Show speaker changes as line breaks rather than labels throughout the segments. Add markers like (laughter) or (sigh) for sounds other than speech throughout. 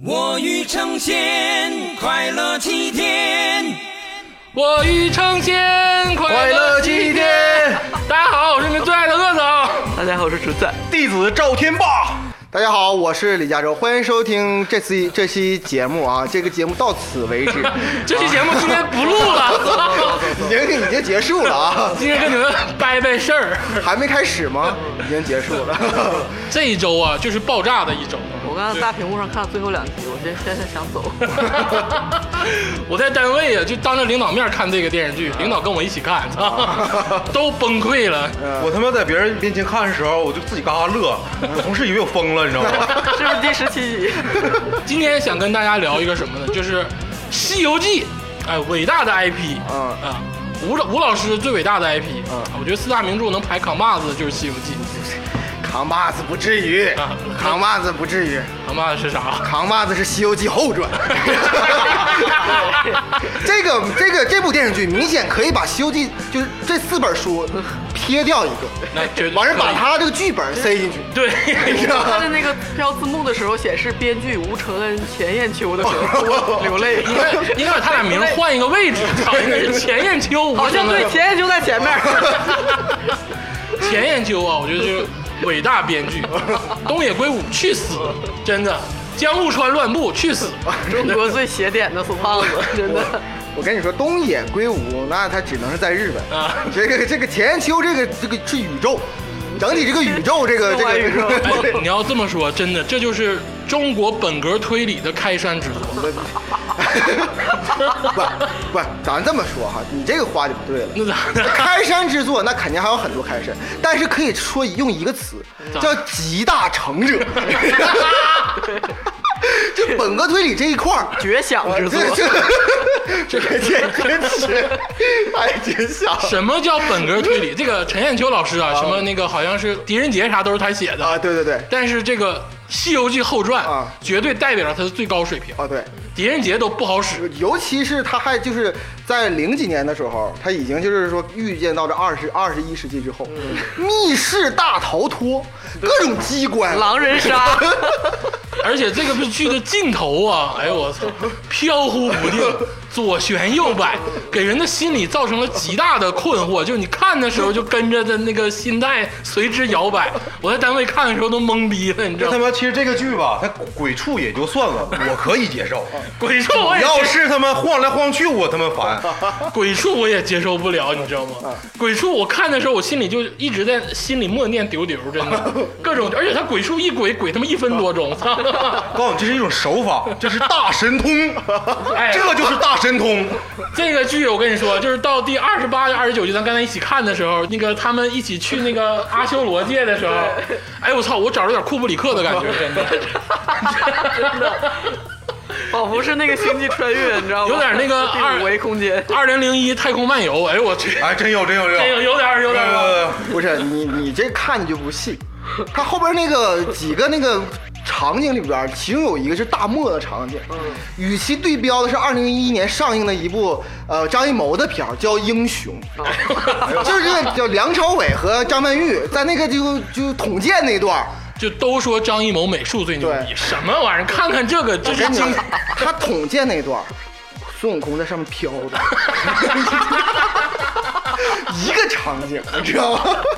我欲成仙，快乐齐天。
我欲成仙，快
快乐祭天！
大家好，我是你们最爱的乐总。
大家好，我是竹子。
弟子赵天霸。大家好，我是李嘉洲，欢迎收听这次这期节目啊！这个节目到此为 (laughs) 止，
这期节目今天不录了， (laughs)
已经已经结束了啊，
今天跟你们掰掰事儿。
还没开始吗？已经结束了。 (laughs)
这一周啊，就是爆炸的一周。
我刚刚大屏幕上看到最后两集，我真现在想走。
(laughs) 我在单位啊，就当着领导面看这个电视剧，领导跟我一起看， (laughs) 都崩溃了。
我他妈在别人面前看的时候，我就自己嘎嘎乐，我同事以为我疯了，你知道吗？
这是第十七集，
今天想跟大家聊一个什么呢？就是《西游记》，哎，伟大的 IP
嗯
啊，吴老吴老师最伟大的 IP
嗯
我觉得四大名著能排扛把子就是《西游记
扛把子不至于
啊，
扛把子不至于，》，
扛把子是啥？
扛把子是《西游记》后传。 (laughs) 这个这个这部电视剧明显可以把《西游记》就是这四本书撇掉一个，
那绝对
完事儿把
可以
他这个剧本塞进去。
对，
我看着那个飘字幕的时候显示编剧吴承恩、钱雁秋的时候，我流泪。
应该应该把他俩名儿换一个位置，操，应该是钱雁秋，吴
好像
承
对，
恩，
钱雁秋在前面。
(laughs) 钱雁秋啊，我觉得就是伟大编剧，东野圭吾去死，真的，江户川乱步去死，
中国最邪典的死胖子，真的。
我跟你说，东野圭吾那他只能是在日本
啊
(laughs) 这个这个田延秋这个这个是宇宙，整体这个宇宙这
(laughs)
个这个
另外宇宙
哎
这，个
你要这么说，真的，这就是中国本格推理的开山之作。
不不，咱这么说哈，你这个话就不对了。
那咋
(laughs)
的？
开山之作，那肯定还有很多开山，但是可以说用一个词叫集大成
(laughs)
者。就本格推理这一块儿，
(laughs) 绝响之作，
这 (laughs) 这这个简直是太真相了。
什么叫本格推理？这个陈雁秋老师啊，什么那个好像是《狄仁杰》啥都是他写的
啊，对对对，
但是这个《西游记后传》
啊
绝对代表了他的最高水平，
啊对，
狄仁杰都不好
(laughs)
使。
尤其是他还就是在零几年的时候，他已经就是说预见到这二十二十一世纪之后，
嗯
密室大逃脱，各种机关，
狼人杀，
而且这个剧的镜头啊，哎呦我操，飘忽不
(laughs)
定，左旋右摆，给人的心理造成了极大的困惑。就你看的时候，就跟着的那个心态随之摇摆。我在单位看的时候都懵逼了，你知
这
道
他
吗？
妈其实这个剧吧，它鬼畜也就算了，我可以接受。
鬼畜 (laughs) 我也
要
接
是他妈晃来晃去，我他妈烦。
鬼畜我也接受不了，你知道吗？
啊
鬼畜我看的时候，我心里就一直在心里默念丢丢，真
(laughs)
的各种，而且他鬼畜一鬼鬼他妈一分多钟，操！
告诉你，这是一种手法，这是大神通，
(laughs) 哎
这就是大神通。
这个剧我跟你说，就是到第二十八、二十九集，咱刚才一起看的时候，那个他们一起去那个阿修罗界的时候，哎我操，我找着点库布里克的感觉，真的，
真的，仿佛是那个星际穿越，你知道吗？
有点那个
第
二
五维空间，
(laughs) 二零零一太空漫游，哎我去，
哎，真有，真有，真
这
有
个。有点儿有点儿，
呃，
不是你你这看你就不信，他后边那个几个那个场景里边，其中有一个是大漠的场景，
嗯
与其对标的是二零一一年上映的一部呃张艺谋的片儿叫《英雄》，
(laughs) 哎
就是这个叫梁朝伟和张曼玉在那个就就捅剑那段儿。
就都说张艺谋美术最牛逼，
对
什么玩意儿？看看这个，这
(laughs)
是
真
经
的，他捅剑那段儿，孙悟空在上面飘着， (laughs) 一个场景，你知道吗？ (laughs)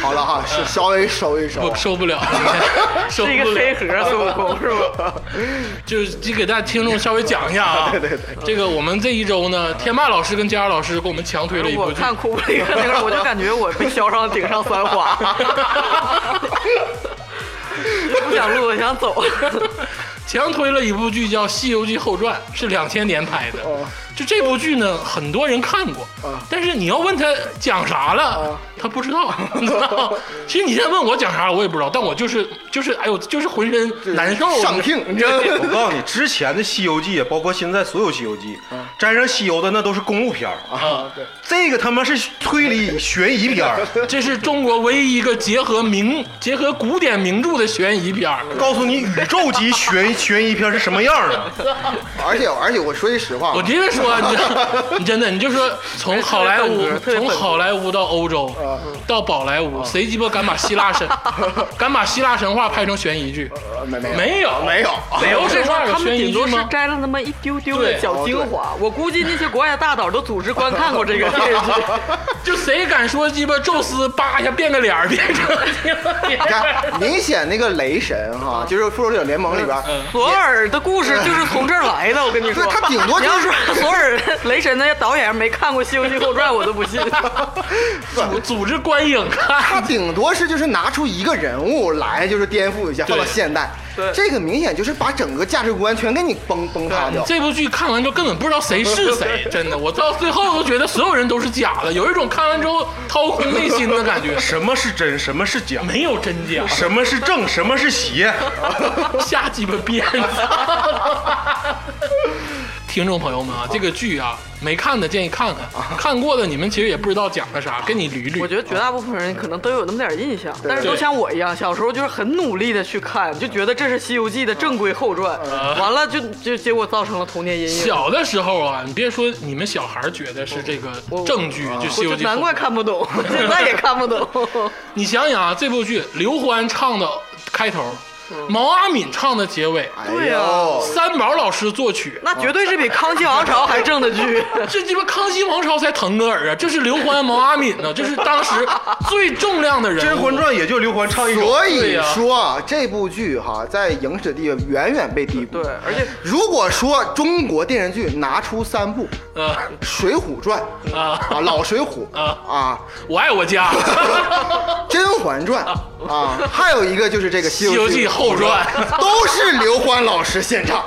好了哈，是稍微收一收
我
啊。
受不
(laughs)
了，受
是一个
不
黑
了。
盒孙悟空是吧？
就是就给大家听众稍微讲一下
(laughs)
啊，对对对，这个我们这一周呢，天霸老师跟佳儿老师给我们强推了一部
我
剧，
看库布里克那会儿，我就感觉我被削上顶上三
(laughs)
花，不想录了，想走。
强推了一部剧叫《西游记后传》，是两千年拍的。就这部剧呢，很多人看过，但是你要问他讲啥了，他不知道。 (laughs) 你知道其实你现在问我讲啥了，我也不知道，但我就是就是，哎呦，就是浑身难受。
上听，你知道吗？
我告诉你，之前的《西游记》，包括现在所有《西游记》，沾上西游的那都是公路片儿
嗯啊，
这个他妈是推理悬疑片
(laughs)
儿
这是中国唯一一个结合名结合古典名著的悬疑片儿。
告诉你宇宙级悬悬疑片是什么样的。
而且而且我说句实话
我，直接说说，你就你真的，你就说从好莱坞
哎特别本格，特别本
从
格
好莱坞到欧洲，
啊
到宝莱坞，谁鸡巴敢把希
(laughs)
腊神，敢把希腊神话拍成悬疑剧？
呃没没
没有，
没有
北欧神话有
他们
悬疑
顶
剧
多是
吗？
摘了那么一丢丢
对
的小精华，我估计那些国外的大佬都组织观看过这个电视剧。
就谁敢说鸡巴宙斯叭一下变个脸儿变
(laughs)
成？
你看，明显那个雷神哈，就是《复仇者联盟》里边，
索尔的故事就是从这儿来的，我跟你
(laughs)
说。
对他顶多
你
就
要
是
说索尔雷神那些导演没看过《西游记后传》，我都不信。
(laughs) 组组织观影 (laughs) 看，
他顶多是就是拿出一个人物来，就是颠覆一下，
对
放到现代。
对
这个明显就是把整个价值观全给你崩崩塌掉。
这部剧看完之后根本不知道谁是谁，真的，我到最后都觉得所有人都是假的，有一种看完之后掏空内心的感觉， (laughs)
什么是真，什么是假，
没有真假，
什么是正，什么是邪。
瞎鸡巴编。
(laughs)
听众朋友们啊，这个剧啊，没看的建议看看，看过的你们其实也不知道讲的啥，跟你捋捋。
啊我觉得绝大部分人可能都有那么点印象，但是
对
都像我一样，小时候就是很努力的去看，就觉得这是《西游记》的正规后传，
啊
完了就就结果造成了童年阴影。
小的时候啊，你别说你们小孩觉得是这个正剧，就《西
我
游
就
记》。
难怪看
(laughs)
不懂，现在也看不懂。
你想想啊，这部剧刘欢唱的开头，
嗯
毛阿敏唱的结尾，
哎
对呀
呦，
三毛老师作曲，
那绝对是比《康熙王朝》还正的
(laughs)
剧。
这鸡巴康熙王朝才腾格尔啊！这是刘欢、毛阿敏呢，这是当时最重量的人
《
(laughs)
物。
甄嬛传》也就刘欢唱一首，
所
对
以
呀
说啊这部剧哈，在影史地位远远被低估。
对，而且
如果说中国电视剧拿出三部《
呃
水浒传》
啊
啊，老水浒啊，
我爱我
(laughs)
家，
《甄嬛传》啊，还有一个就是这个《西
《西游记
记》
后传》 (laughs)
都是刘欢老师现场，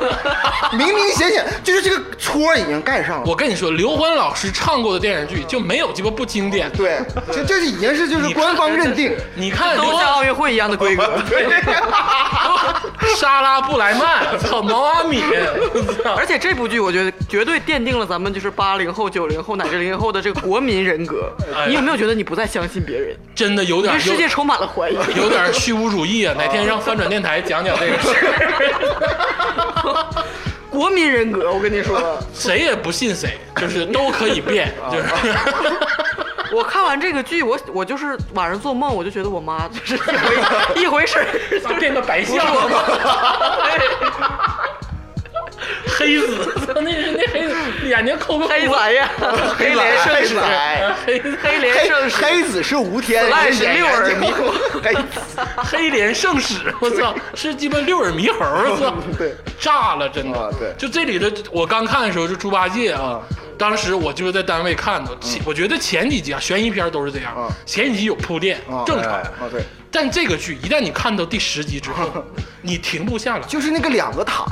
明明显显就是这个戳儿已经盖上了。
我跟你说，刘欢老师唱过的电视剧就没有鸡巴不经典。
对，这这是已经是就是官方认定。
你看刘
都像
欢
奥运会一样的规格。
(laughs) 莎拉布莱 (laughs) 曼，操毛阿敏，操
而且这部剧，我觉得绝对奠定了咱们就是八零后、九零后乃至零零后的这个国民人格
哎。
你有没有觉得你不再相信别人，
真的有点
对
有
世界充满了怀疑？
有点虚无主义啊！哪天让翻转电台讲讲这个事 (laughs) 儿，
国民人格，我跟你说，
谁也不信谁，就是都可以变， (laughs) 就是。
(laughs) 我看完这个剧，我我就是晚上做梦，我就觉得我妈就是一回一回事儿，
就变个白象了， (laughs) 黑子，操那是那黑子眼睛抠个
黑
窟窿
仔呀，黑莲圣
黑
使，
仔，
黑子
黑莲
黑
圣使，
黑子是吴天，
赖是六耳猕猴
黑子
黑莲圣使，我操，是鸡巴六耳猕猴
(laughs)
儿，我操，
对，
炸了，真的。
啊对
就这里的我刚看的时候，就猪八戒啊，当时我就是在单位看的，其我觉得前几集啊，悬疑片都是这样
啊，
前几集有铺垫
啊，
正常
哎。
啊，对，
但这个剧一旦你看到第十集之
(laughs)
后，你停不下来。
就是那个两个塔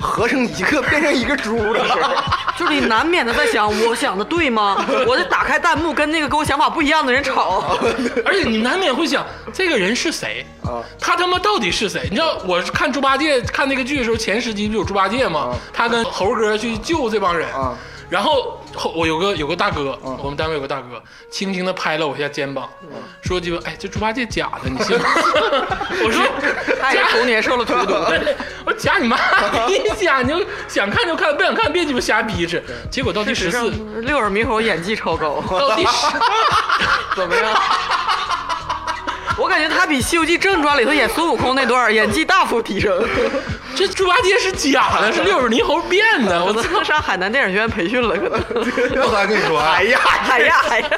合成一个变成一个猪的时候，
就是你难免的在想，我想的对吗？我得打开弹幕，跟那个跟我想法不一样的人吵。
(laughs) 而且你难免会想，这个人是谁
啊？
他他妈到底是谁？你知道我是看猪八戒看那个剧的时候，前十集不有猪八戒
啊
吗？他跟猴哥去救这帮人
啊。
然后后我有个有个大哥，
啊
我们单位有个大哥，轻轻的拍了我一下肩膀，说鸡巴，哎，这猪八戒假的，你信
(laughs)
吗？我说
他也是童年受了荼毒的。
对我假
(laughs)
你妈！你假你就想看就看，不想看别鸡巴瞎逼扯。结果到第十四，
六耳猕猴演技超高，
到
(laughs)
第十。
怎么样？我感觉他比《西游记正传》里头演孙悟空那段儿演技大幅
(laughs)
提升。
这猪八戒是假的，是六耳猕猴变的。我
我
操！
他上海南电影学院培训了，可能。
我咋跟你说 (laughs) 啊？
哎呀，
哎呀哎呀！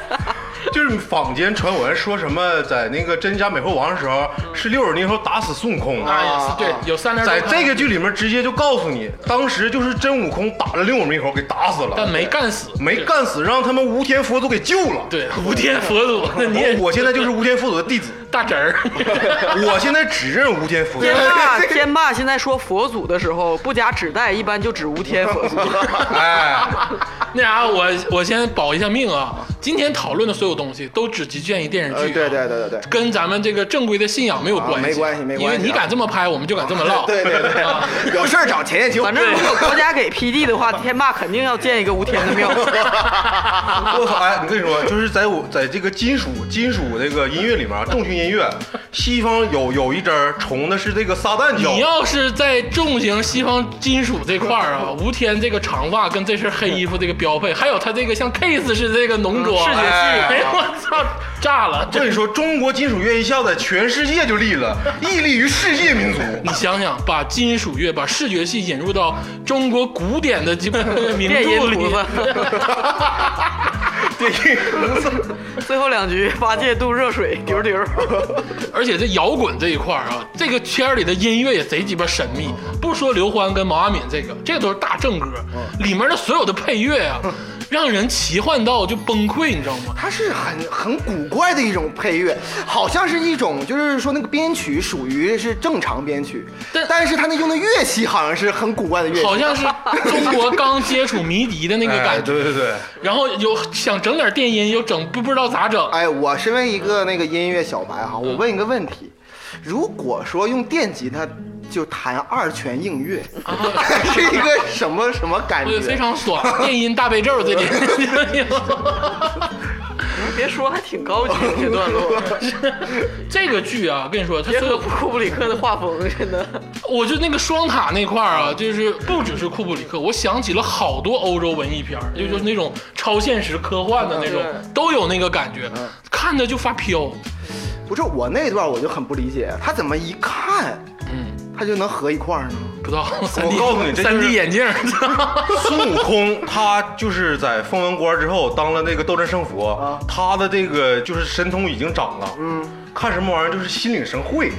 就是坊间传闻说什么，在那个真假美猴王的时候，是六耳猕猴打死孙悟空。
啊，也是对，有三连。
在这个，剧里面直接就告诉你，当时就是真悟空打了六耳猕猴，给打死了，
但没干死，
没干死，让他们吴天佛祖给救了。
对无天佛祖，那你也
我我现在就是吴天佛祖的
(laughs)
弟子，
大侄儿，
我现在只认吴天佛祖。
天霸天霸现在说佛祖的时候不加指代，一般就指无天
(laughs)
佛祖。
哎，
那啥，我我先保一下命啊！今天讨论的所有东西都只局限于电视剧、
(laughs)
啊
呃，对对。对对对。
跟咱们这个正规的信仰没有关系，
啊没关系没关系啊
因为你敢这么拍，我们就敢这么唠。
(laughs) 对对对，有事儿找钱艳秋。
反正如果国家给 PD 的话，天霸肯定要建一个无天的
(laughs)
庙。
啊我操！哎，你跟你说，就是在我在这个金属金属这个音乐里面，重型音乐，《西方有有一针儿重的是这个撒旦教
你，要是在重型西方金属这块儿啊，吴天这个长发跟这身黑衣服这个标配，还有他这个像 Kiss 似的这个浓妆，
嗯视觉系
哎呀，我操，炸了！
所
这
以说中国金属乐一下子在全世界就立了，屹立于世界民族。
你想想，把金属乐、把视觉系引入到中国古典的几名
电音
著里
菩，萨，
电影
最后两局八戒渡热水，丢丢。
(laughs) 而且这摇滚这一块儿啊，这个圈儿里的音乐也贼鸡巴神秘。不说刘欢跟毛阿敏这个，这个都是大正歌，
嗯
里面的所有的配乐啊，让人奇幻到就崩溃，你知道吗？
它是很很古怪的一种配乐，好像是一种就是说那个编曲属于是正常编曲，
但
但是它那用的乐器好像是很古怪的乐器，
好像是中国刚接触迷笛的 (laughs) 那个
哎，
感觉，
对对对，
然后有想整点电音，又整不不知道咋整。
哎，我身为一个那个音乐小白哈，我问一个问题：如果说用电吉他就弹二泉映月， (laughs) 是一个什么什么感
啊我
觉？
就非常爽，电音大悲咒这里，
(laughs) 别说，还挺高级的这
(laughs)
段落，
这个剧啊，跟你说，它
结
所
合
有
库布里克的画风，真的。
我就那个双塔那块儿啊，就是不只是库布里克，我想起了好多欧洲文艺片儿，就
嗯
就是那种超现实科幻的那种，都有那个感觉，
嗯
看的就发飘。
不是我那段我就很不理解，他怎么一看
嗯，
他就能合一块儿呢？
不知道，三 D
我告诉你这就是
三 D 眼镜儿，
孙悟空他就是在封完官之后当了那个斗战胜佛，
啊
他的这个就是神通已经长了，嗯，看什么玩意儿就是心领神会，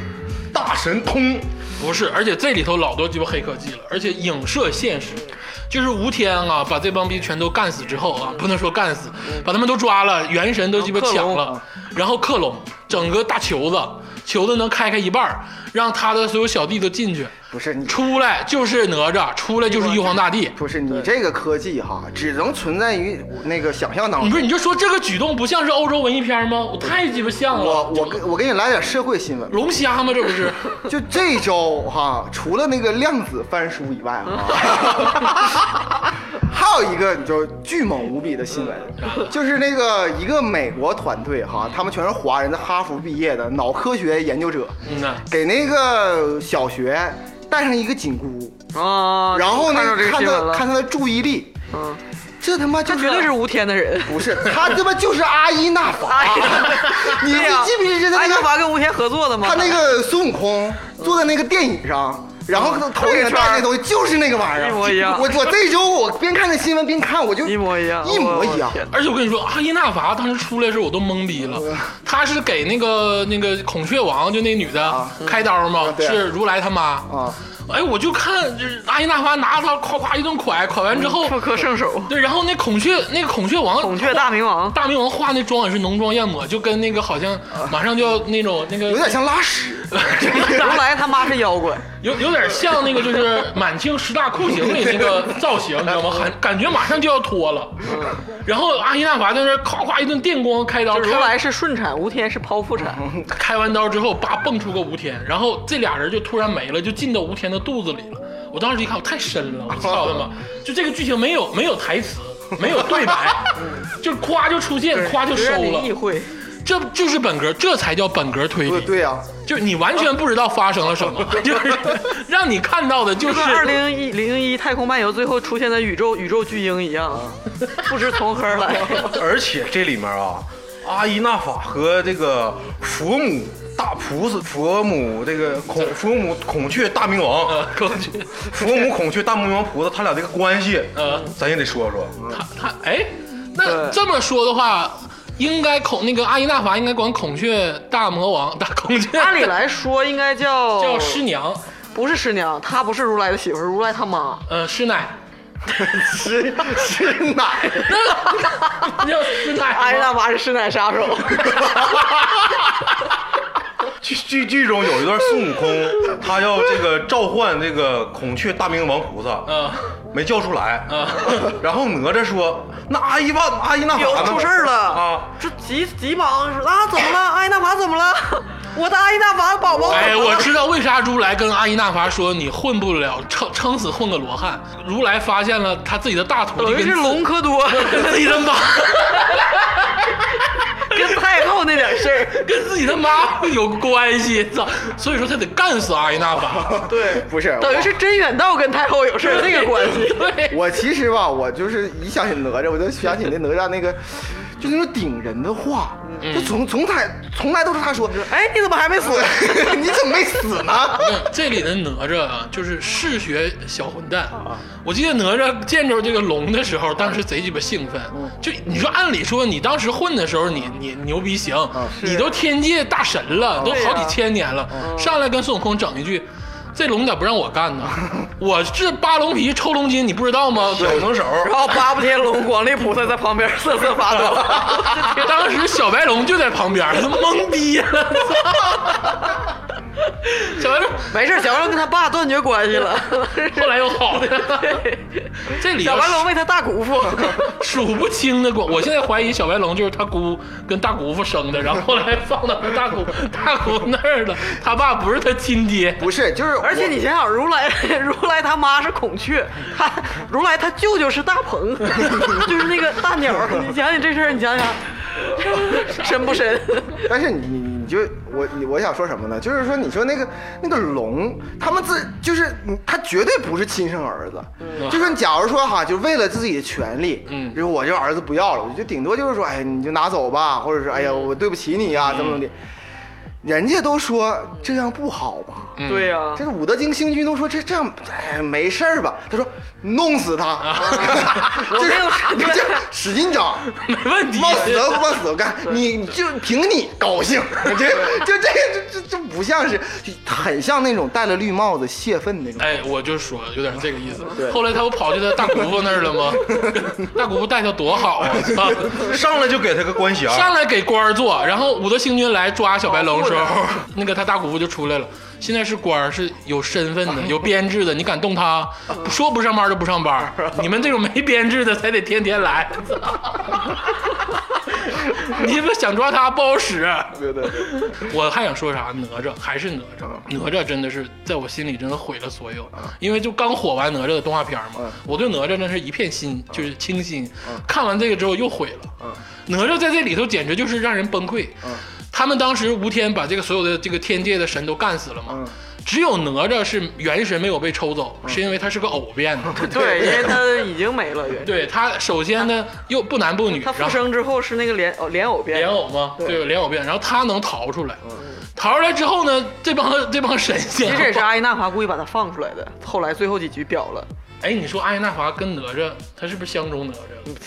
大神通，
不是，而且这里头老多鸡巴黑科技了，而且影射现实，就是吴天啊，把这帮逼全都干死之后啊，不能说干死，把他们都抓了，元神都鸡巴抢了，然后克隆整个大球子，球子能开开一半儿，让他的所有小弟都进去，
不是你，
出来就是哪吒，出来就是玉皇大帝。
不是你这个科技哈，只能存在于那个想象当
你不
中。
是，你就说这个举动不像是欧洲文艺片吗？我太鸡巴像了。
我我给我给你来点社会新闻，
龙虾吗？这不是？
就这周哈，除了那个量子翻书以外哈， (laughs) 还有一个就是巨猛无比的新闻，就是那个一个美国团队哈，他们全是华人，在哈佛毕业的脑科学研究者，
嗯呐，
给那个小学戴上一个紧箍，
啊，
然后呢
看到这个
看
新闻
他
了，
看他的注意力，
嗯，
这他妈
这
就
绝对是无天的人。
不是他他妈就是阿依那法，啊你你
对呀
记不记得
艾
那
德
个
华跟吴天合作的吗？
他那个孙悟空坐在那个电椅上，然后
嗯
他头顶上戴那东西就是那个玩意儿，
一模一样
我我这周我边看那新闻边看，我就
一模一样，
一模一样
我。的天
而且我跟你说，阿依纳娃当时出来的时候我都懵逼了，
嗯
她是给那个那个孔雀王就那女的开刀吗？
啊嗯对
是如来他妈。
啊，
哎，我就看就是阿依纳娃拿着刀夸夸一顿蒯，蒯完之后，
嗯
妇科圣手，
对，然后那孔雀那个孔雀王
孔雀大明王，
大明王化那妆也是浓妆艳抹，就跟那个好像马上就要那种那个
啊有点像拉
(laughs)
屎，
如来他妈是妖怪，
有有点像那个
(laughs)
就是《满清十大酷刑》里那个造型，你知道吗？感感觉马上就要脱了。
嗯
然后阿依纳法在那儿夸夸一顿电光开刀，
就如
开完
来是顺产，吴天是剖腹产，
(laughs) 开完刀之后，叭蹦出个吴天，然后这俩人就突然没了，就进到吴天的肚子里了。我当时一看，我太深
哦
了，我操他妈！就这个剧情没有没有台词，没有对白，
嗯
就是夸就出现，夸就收
让
了
你意。会。
这就是本格，这才叫本格推
对
理。
对
(laughs)
啊，
就是你完全不知道发生了什么，就是 (laughs) 让你看到的就
就是跟二零一零一太空漫游最后出现的宇宙宇宙巨婴一样， (laughs) 不知从何而来。
而且这里面啊，阿依那法和这个佛母大菩萨、佛母这个孔佛母孔雀大明王、
呃，格局。
佛母孔雀大明王菩萨，他俩这个关系，
嗯
咱也得说说。
他他哎，那这么说的话，应该孔那个阿依纳法应该管孔雀大魔王大孔雀，
按理来说应该
(laughs)
叫
叫师娘，
不是师娘，她不是如来的媳妇儿，如来他妈。
呃师
(laughs)
奶，
吃吃奶，
那叫师奶吗。
阿依大妈是师奶杀手，
剧剧剧中有一段孙悟空，他要这个召唤这个孔雀大明王菩萨，
嗯
没叫出来。
嗯
然后哪吒说：“那阿依吧，阿依那
有
法呢
出事儿了
啊！
这急急忙说啊，怎么了？阿依大妈怎么了？我的阿依大妈宝宝
哎，
怎么
我
了？
知道为啥如来跟阿依纳法说你混不了，撑撑死混个罗汉。如来发现了他自己的大徒弟
等于
跟
是
自
隆科多
跟自己的妈，
跟太太后那点事儿。
跟自己的妈有关系，操！所以说他得干死阿依娜法。
对，
不是
等于是真远道跟太后有事儿那个关系。
对，
我其实吧，我就是一想起哪吒，我就想起那哪吒那个，就那种顶人的话，
嗯
就从从他从来都是他说，
哎，你怎么还没死？
(laughs) 你怎么没死呢？
(laughs) 那这里的哪吒啊，就是嗜血小混蛋。
啊
我记得哪吒见着这个龙的时候，当时贼鸡巴兴奋。
嗯
就你说，按理说你当时混的时候，你你牛逼行，
啊
你都天界大神了，都好几千年了，
嗯
上来跟孙悟空整一句。这龙咋不让我干呢？ (laughs) 我这扒龙皮抽龙筋，你不知道吗？
小能手，
然后八部天龙、广力菩萨在旁边瑟瑟发抖。
(laughs) 当时小白龙就在旁边，他懵逼
(laughs)
了。小白龙
(laughs) 没事，小白龙跟他爸断绝关系了。 (laughs)
后来又好了， (laughs) 这里
小白龙为他大姑父， (laughs)
数不清的 (laughs) 光。我现在怀疑小白龙就是他姑跟大姑父生的，然 (laughs) 后后来放到他大姑 (laughs) 大姑那儿了。他爸不是他亲爹，
不是，就是我
而且你想想，如来 (laughs) 如来他妈是孔雀，他如来他舅舅是大鹏， (laughs) 就是那个大鸟。你想想这事儿，你想想。深不深？
但是你你你就我你我想说什么呢？就是说，你说那个那个龙，他们自就是你他绝对不是亲生儿子。就是假如说哈，就为了自己的权利，
嗯
就是我这儿子不要了，我就顶多就是说，哎，你就拿走吧，或者是哎呀，我对不起你呀、啊怎么怎么的。人家都说这样不好吧？
嗯
对呀、
这个武德经星君都说这这样，哎，没事儿吧？他说弄死他， (laughs) 就
我
是
没有
你这使劲整，
啊没问题。
往死了往死了干，你你就凭你高兴，这就这这这这不像是，很像那种戴了绿帽子泄愤那种。
哎，我就说有点这个意思。后来他不跑去他大姑父那儿了吗？ (laughs) 大姑父带他多好啊！ (laughs) 操
上来就给他个关匣，
上来给官儿做，然后武德星君来抓小白龙的时候， (laughs) 那个他大姑父就出来了。现在是官儿，是有身份的，有编制的，你敢动他，不说不上班就不上班。你们这种没编制的才得天天来。 (laughs) 你们想抓他不好使。
对对对，
我还想说啥？哪吒还是哪吒，
嗯
哪吒真的是在我心里真的毁了所有，因为就刚火完哪吒的动画片
嗯
嘛，我对哪吒真是一片心，就是清新。看完这个之后又毁
嗯
了，哪吒在这里头简直就是让人崩溃。他们当时吴天把这个所有的这个天界的神都干死了
嗯
嘛，
嗯
只有哪吒是元神没有被抽走，是因为他是个偶变的。
对，因为他已经没了，原
对他首先呢又不男不女，
他
然
复
后。
生之后是那个莲哦莲藕变
莲
的，
藕吗？对，莲藕变，然后他能逃出来，逃出来之后呢，这帮这帮神仙
嗯其，实也是阿依娜华故意把他放出来的，后来最后几局表了。
哎，你说阿依娜法跟哪吒，他是不是相中哪
嗯
吒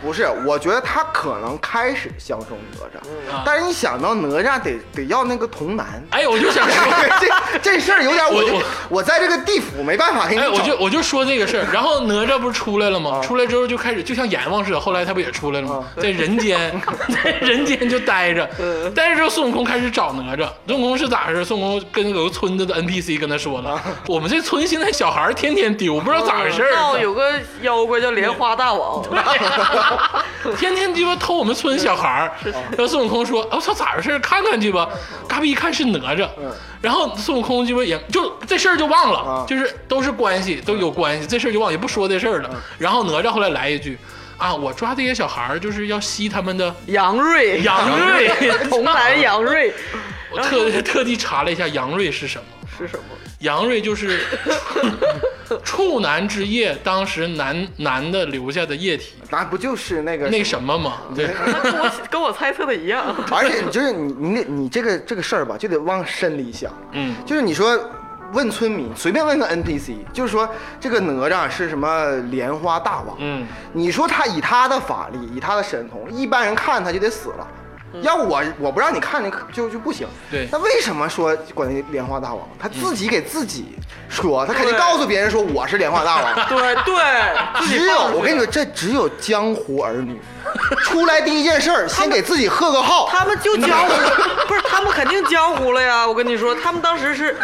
不是，我觉得他可能开始相中哪
啊
吒，但是你想到哪吒得得要那个童男， (laughs)
哎，我就想
(laughs)
说，
这这事儿有点我
我
就
我
我在这个地府没办法给你
哎，我
整
就我就说这个事儿。然后哪吒不是出来了
嗯
吗？出来之后就开始就像阎王似的，后来他不也出来了吗？在人间，
嗯
(laughs) 在人间就待着，待着之后孙悟空开始找哪吒。孙悟空是咋回事？孙悟空跟有个村子的 NPC 跟他说了，
嗯
我们这村现在小孩儿天天丢，不知道咋回事儿。
闹哦有个妖怪叫莲花
(laughs)
大王，
天天鸡巴偷我们村小孩儿。然后孙悟空说：“哎我、操，咋回事？看看去吧。”嘎巴一看是哪吒，然后孙悟空鸡巴也就这事儿就忘了，就是都是关系，都有关系，这事儿就忘，也不说这事儿了。然后哪吒后来来一句。啊！我抓这些小孩儿就是要吸他们的
(laughs) 杨瑞，
杨瑞， (laughs)
童男杨瑞
我特特地查了一下杨瑞是什么，
是什么？
杨瑞就是处 (laughs) 男之夜，当时男男的留下的液体，
那不就是那个
那什么嘛？对，
那跟我跟我猜测的一样， (laughs)
(laughs) 而且就是你你得你这个这个事儿吧，就得往深里想。
嗯，
就是你说问村民，随便问个 NPC，就是说这个哪吒是什么莲花大王，
嗯，
你说他以他的法力，以他的神通，一般人看他就得死了。要我我不让你看，你就就不行。
对
那为什么说管那莲花大王？他自己给自己说，他肯定告诉别人说我是莲花大王。
(laughs) 对对，自己
只有
放出去
我跟你说，这只有江湖儿女，出来第一件事儿，先给自己喝个号。
(laughs) 他们就江湖，不是他们肯定江湖了呀！我跟你说，他们当时是，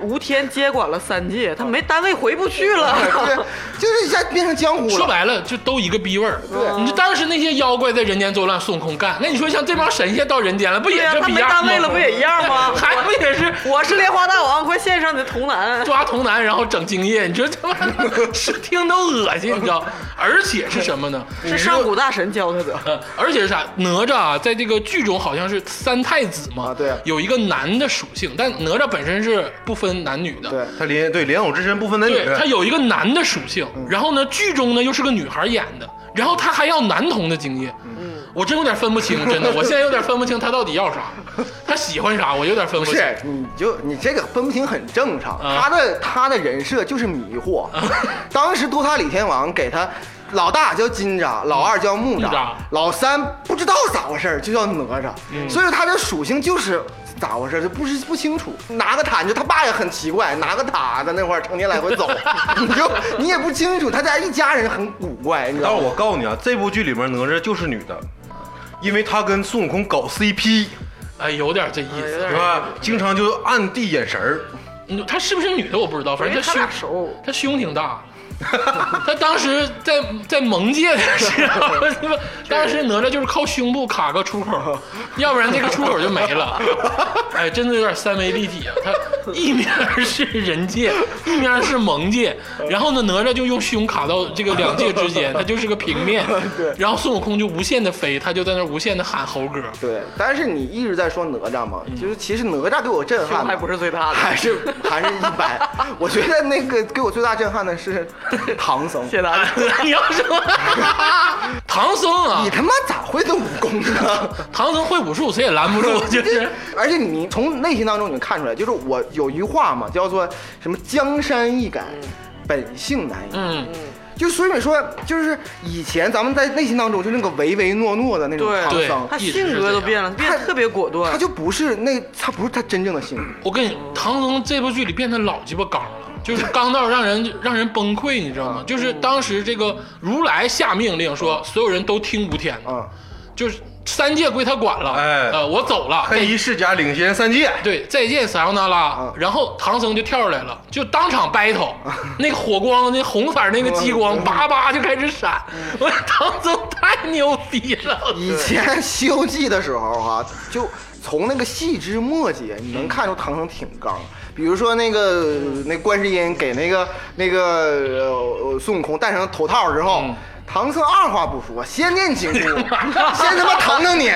吴天接管了三界，他没单位回不去了。
对， (laughs) 就是一下变成江湖
说
了。
白了就都一个逼味儿。对，你就当时那些妖怪在人间作乱，孙悟空干，那你说像这帮神仙到人间了，不也
对呀
这
他
逼
没
样吗？？
单位了，不也一样吗
(laughs) 还不也是
(laughs) 我是莲花大王，快献上你的童
(laughs)
男。
抓童男，然后整精液，你说他妈 (laughs) 的是听都恶心，你知道？而且是什么呢？
是上古大神教他的。
呃，而且是啥？哪吒啊，在这个剧中好像是三太子嘛，
啊对
有一个男的属性，但哪吒本身是不分男女的，
对
他莲对莲藕之身不分男女
对，，他有一个男的属性，然后呢，剧中呢又是个女孩演的，然后他还要男童的精液，我真有点分不清，真的，我现在有点分不清他到底要啥，他喜欢啥，我有点分不
不
清。
是，你就你这个分不清很正常。
啊
他的他的人设就是迷惑。 (laughs) 当时多塔李天王给他老大叫金吒，老二叫木
木吒
吒，老三不知道咋回事儿就叫哪吒，所以他的属性就是咋回事儿就不是不清楚。拿个塔，你就他爸也很奇怪，拿个塔在那块儿成天来回走，你就你也不清楚，他家一家人很古怪，你知
但
道
是
吗？
我告诉你啊，这部剧里面哪吒就是女的，因为她跟孙悟空搞 CP，
哎，有点这意
有
思
点。
是吧？经常就暗地眼神儿。
嗯她是不是女的我不知道，反正
因为
她
他
胸
俩熟，
她胸挺大。她当时在在蒙界的时候，他妈当时哪吒就是靠胸部卡个出口，要不然这个出口就没了。哎，真的有点三维立体啊！他一面是人界，一面是蒙界，然后呢，哪吒就用胸卡到这个两界之间，它就是个平面。对，然后孙悟空就无限的飞，他就在那儿无限的喊猴哥。 (laughs)
对，但是你一直在说哪吒嘛，就是其实哪吒给我震撼
胸
嘛，
还不是最大的，
还是还是一般。
(laughs)
我觉得那个给我最大震撼的是唐僧，
谢大家。
你要说唐僧啊
你，他妈咋会的武功呢？
(laughs) 唐僧会武术，谁也拦不住，
(laughs)
就是。
而且你从内心当中你看出来，就是我有一句话嘛，叫做什么“江山易改，本性难移”。
嗯，
就所以说，就是以前咱们在内心当中就那个唯唯诺诺的那种
对
唐
对
僧，
(laughs) 他性格都变了，变得特别果断
他。就不是那，他不是他真正的
(clears throat)
性格。
我跟你，唐僧这部剧里变得老鸡巴刚了，就是刚到让人 (laughs) 让人崩溃，你知道吗？就是当时这个如来下命令说，所有人都听吴天的，
啊、
就是三界归他管了，
哎
呃，我走了，
黑衣世家领先三界，
对，再见撒由那拉
嗯，
然后唐僧就跳出来了，就当场 battle，那 (laughs) 个火光，那红色儿那个激光，叭叭就开始闪，我唐僧太牛逼了，
(laughs) 以前《西游记》的时候哈、就从那个细枝末节，你能看出唐僧挺刚。比如说那个那观世音给那个那个呃孙悟空戴上头套之后，
嗯
唐僧二话不说，先念紧箍，先他妈疼疼你，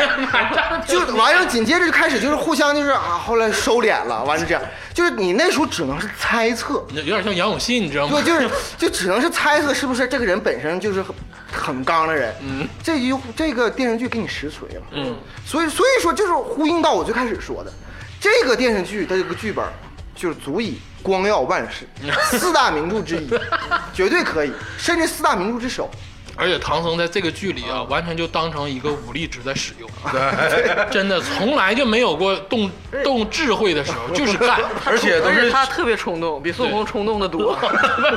就完了。紧接着就开始就是互相就是啊，后来收敛了，完了这样，就是你那时候只能是猜测，
有点像杨永信，你知道吗
(laughs) 对，？就是就只能是猜测是不是这个人本身就是很很刚的人。嗯，这一这个电视剧给你实锤了。
嗯，
所以所以说就是呼应到我最开始说的，这个电视剧它这个剧本就是足以光耀万 (laughs) 世，四大名著之一，绝对可以，甚至四大名著之首。
而且唐僧在这个剧里啊，完全就当成一个武力值在使用，真的从来就没有过动动智慧的时候，就是干，
而且都
而且
是
他特别冲动，比孙悟空冲动的多。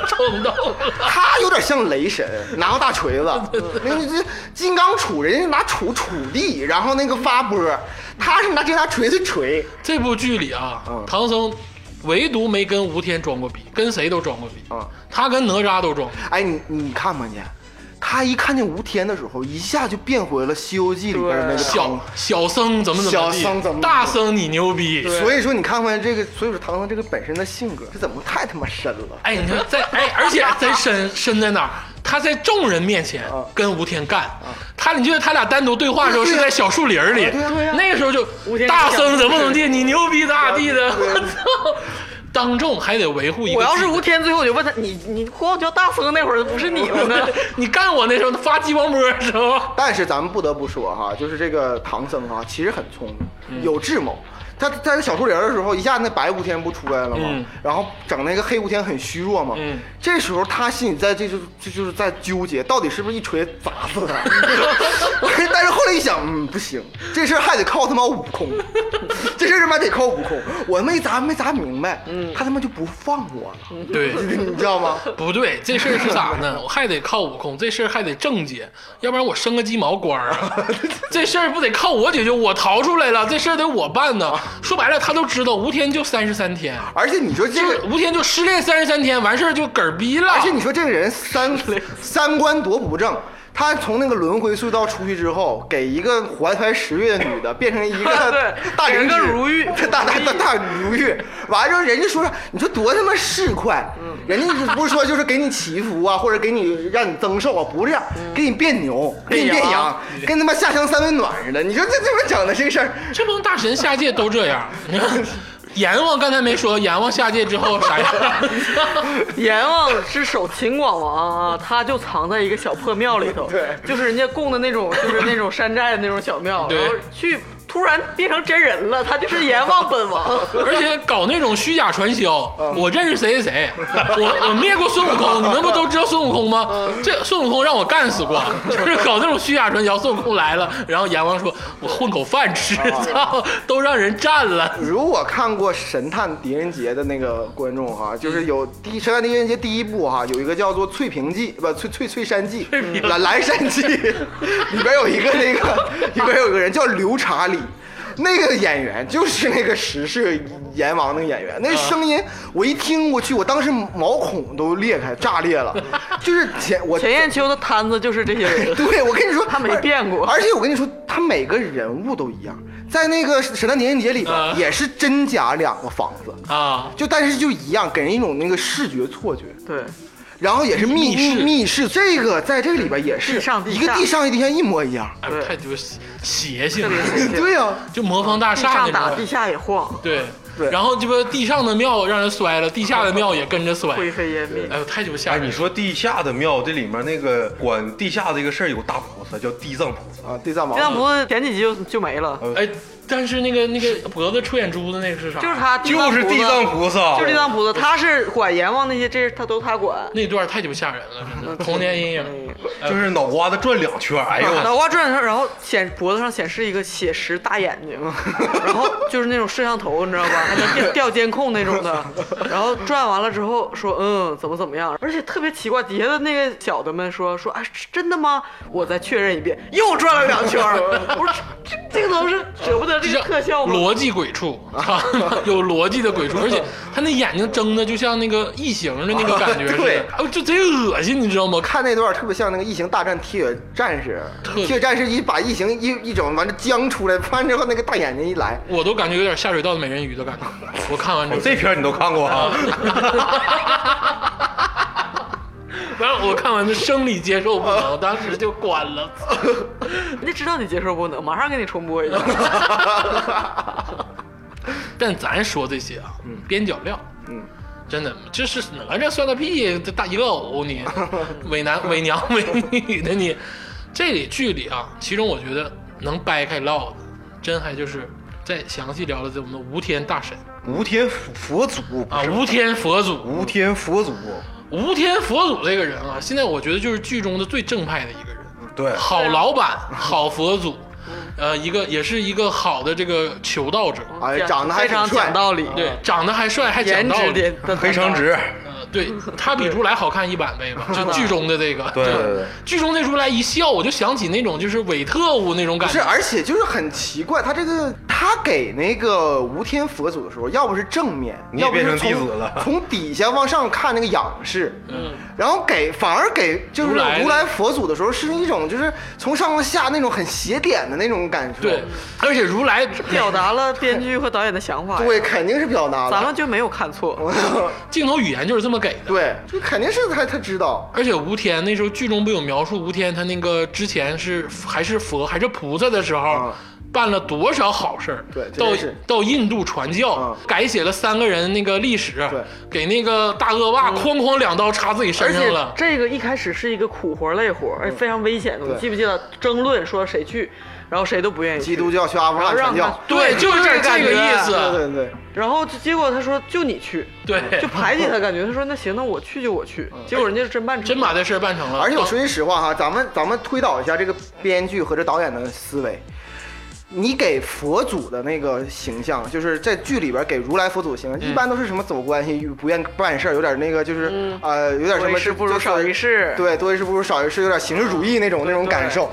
冲动 (laughs) 了。
他有点像雷神，拿个大锤子， (laughs) 那个这金刚杵，人家拿杵杵地，然后那个发波，他是拿直接拿锤子锤。
这部剧里啊
嗯，
唐僧唯独没跟吴天装过逼，跟谁都装过逼
嗯，
他跟哪吒都装过。
哎，你你看吧你，他一看见吴天的时候，一下就变回了《西游记》里边那个
小
唐
小僧怎么怎么
小
地，
僧怎么怎么地
大僧你牛逼。
所以说你看看这个，所以说唐僧这个本身的性格，这怎么太他妈深了？
哎，你说在哎，而且在深深在哪儿？他在众人面前
啊
跟吴天干，他你记得他俩单独对话的时候是在小树林里，
对呀啊对呀
那个时候就
吴天
大
就想
僧怎么怎么地，你牛逼咋地
啊
的，我操！当众还得维护一个，
我要是吴，天，最后我就问他，你你光叫大僧那会儿不是你了呢？
你干我那时候发激光波的时候，
但是咱们不得不说哈，就是这个唐僧哈，其实很聪
嗯
明，有智谋。他他在小树林的时候，一下那白无天不出来了吗？
嗯
然后整那个黑无天很虚弱嘛。
嗯
这时候他心里在这就这就是在纠结，到底是不是一锤砸死他？ (laughs) 但是后来一想，嗯，不行，这事儿还得靠他妈悟空， (laughs) 这事儿他妈得靠悟空。我没砸没砸明白，
嗯
他他妈就不放我了， (laughs)
对。
你知道吗？
不对，这事儿是咋呢？我还得靠悟空，这事儿还得正解，要不然我 (laughs) 升个鸡毛官儿啊！这事儿不得靠我解决？我逃出来了，这事儿得我办呢。说白了，他都知道吴天就三十三天，
而且你说这
就是
个，
吴天就失恋三十三天，完事儿就嗝儿逼了。
而且你说这个人三三观多不正。他从那个轮回隧道出去之后，给一个怀胎十月的女的变成一个
(laughs) 对
大
给
龄
人个
女
如玉
(laughs) 大大大大如玉。完了之后，人家说啥？你说多他妈市侩，
嗯
人家不是说就是给你祈福啊，或者给你让你增寿啊，不是给你变牛，给你
(laughs) 变
变
羊
羊，跟他妈下乡三温暖似的。你说这这么整的这个事儿，
这帮大神下界都这样。你看，阎王刚才没说，阎王下界之后啥样？
(laughs)
(laughs)
阎王之首秦广王啊，他就藏在一个小破庙里头，
对
就是人家供的那种，就是那种山寨的那种小庙，
对
然后去突然变成真人了，他就是阎王本王。
而且搞那种虚假传销，我认识谁谁谁，我我灭过孙悟空，你们不都知道孙悟空吗？这孙悟空让我干死过，就是搞那种虚假传销。孙悟空来了，然后阎王说：“我混口饭吃，操，都让人占了。
(laughs) 如果看过《神探狄仁杰》的那个观众哈，就是有第《神探狄仁杰》第一部哈，有一个叫做《翠屏记》不翠翠翠山记
屏》
蓝蓝山记，里边有一个那个 (laughs) 里边有一个人叫刘查理。那个演员就是那个时势阎王那个演员，那声音我一听过去，我当时毛孔都裂开炸裂了，就是前我
钱雁秋的摊子就是这些
(laughs)
人，
对，我跟你说，
他没变过
而而且我跟你说，他每个人物都一样，在那个《神探狄仁杰》里边
啊
也是真假两个房子，”
啊，
就但是就一样，给人一种那个视觉错觉。
对，
然后也是密
密室
密室，这个在这个里边也是
地上地
一个
下
地上一地下一模一
(laughs)
样。
哎，太就是邪性
特别
了，
神奇
对啊呀，
就魔方大
地
厦
上打
那
地
种。
下也晃，
对
对
然后这不地上的庙让人摔了，地下的庙也跟着摔。
灰飞烟灭。
哎呦，太鸡巴吓
哎，
人了！
你说地下的庙，这里面那个管地下这个事儿有个大菩萨叫地藏菩萨，
啊，地藏王
这样不是前几集就就没了，
哎，但是那个那个脖子出眼珠子那个是啥？
就是他，
就是地藏菩萨，
就是地藏菩萨，他是管阎王那些，这是他都他管。
那段太鸡巴吓人了，真的童年阴
嗯
影。
就是脑瓜子转两圈儿，哎呦，
脑瓜转上，然后显脖子上显示一个写实大眼睛，然后就是那种摄像头，你知道吧？还能调调监控那种的。然后转完了之后说，嗯，怎么怎么样？而且特别奇怪，底下的那个小的们说说，啊，是真的吗？我再确认一遍，又转了两圈儿。 (laughs) 我说这这个都是舍不得这
这
个
叫
特效吗？
逻辑鬼
(laughs)
畜，啊有逻辑的鬼畜，而且他那眼睛睁的就像那个异形的那个感
(laughs)
觉似
对
的，哎呦，就贼恶心，你知道吗？
看那段特别像那个《异形大战铁血战士》，
特
铁血战士一把异形一一整完了僵出来， (laughs) 完之后那个大眼睛一来，
我都感觉有点下水道的美人鱼的感觉。我看完之
哦
后，
这片儿你都看过啊？
完了，我看完就生理接受不能，当时就关了。
那知道你接受不能，马上给你重播一下。
但咱说这些啊，边角料，嗯，真的，这是哪吒算个屁，这大一个偶
(laughs)
你，伪男伪娘伪女的你，这里剧里啊，其中我觉得能掰开唠的，真还就是再详细聊聊这我们的吴天大神
吴天佛祖
啊，吴天佛祖，
吴天佛祖，
吴天佛祖这个人啊，现在我觉得就是剧中的最正派的一个人，
嗯
对，
啊
好老板，好佛祖。呃，一个也是一个好的这个求道者，
哎，长得还
非
挺
常
帅啊
讲，道理，
对，，长得还帅，还讲
嗯颜
道
值
理，
点
黑长直，
呃，
(laughs)
对他比如来好看一百倍吧，就剧中的这个，
对
就
对对
剧中那如来一笑，我就想起那种就是伪特务那种感
不是，
觉，
而且就是很奇怪，他这个他给那个无天佛祖的时候，要不是正面，
你也
要不是
变成
从
弟子了
从底下往上看那个仰视，
嗯，
(laughs) 然后给反而给就是
如来的
如来佛祖的时候，是一种就是从上往下那种很斜点的那种感觉，
对，而且如来
表达了编剧和导演的想法。
对，肯定是表达
咱
了，
们就没有看错，
镜头语言就是这么给的。
(laughs) 对，就肯定是他他知道，
而且吴天那时候剧中不有描述吴天他那个之前是还是佛还是菩萨的时候
啊，
办了多少好事儿？
对这
到
真是
到印度传教
啊，
改写了三个人那个历史
对，嗯
给那个大恶霸哐哐两刀插自己
而
身
且
上了。
这个一开始是一个苦活累活，而且非常危险的。
对
你记不记得争论说谁去，然后谁都不愿意去
基督教去阿富汗传
然后让
教
他，
对，
对
就是
就是
这
这感
个
觉
意
对
思。
对对，
然后就结果他说就你去，
对，嗯
就排挤他，感觉他说那行，那我去就我去。结果人家是真办成了，
真把这事儿办成了。哦
而且我
当
说句实话哈，咱们咱们推导一下这个编剧和这导演的思维。你给佛祖的那个形象，就是在剧里边给如来佛祖的
嗯
形象，一般都是什么走关系、不愿办事儿，有点那个就是、呃，有点什
嗯多
么
一事不如
就是
少一事嗯
对，多一事不如少一事，有点形式主义那种那种感受。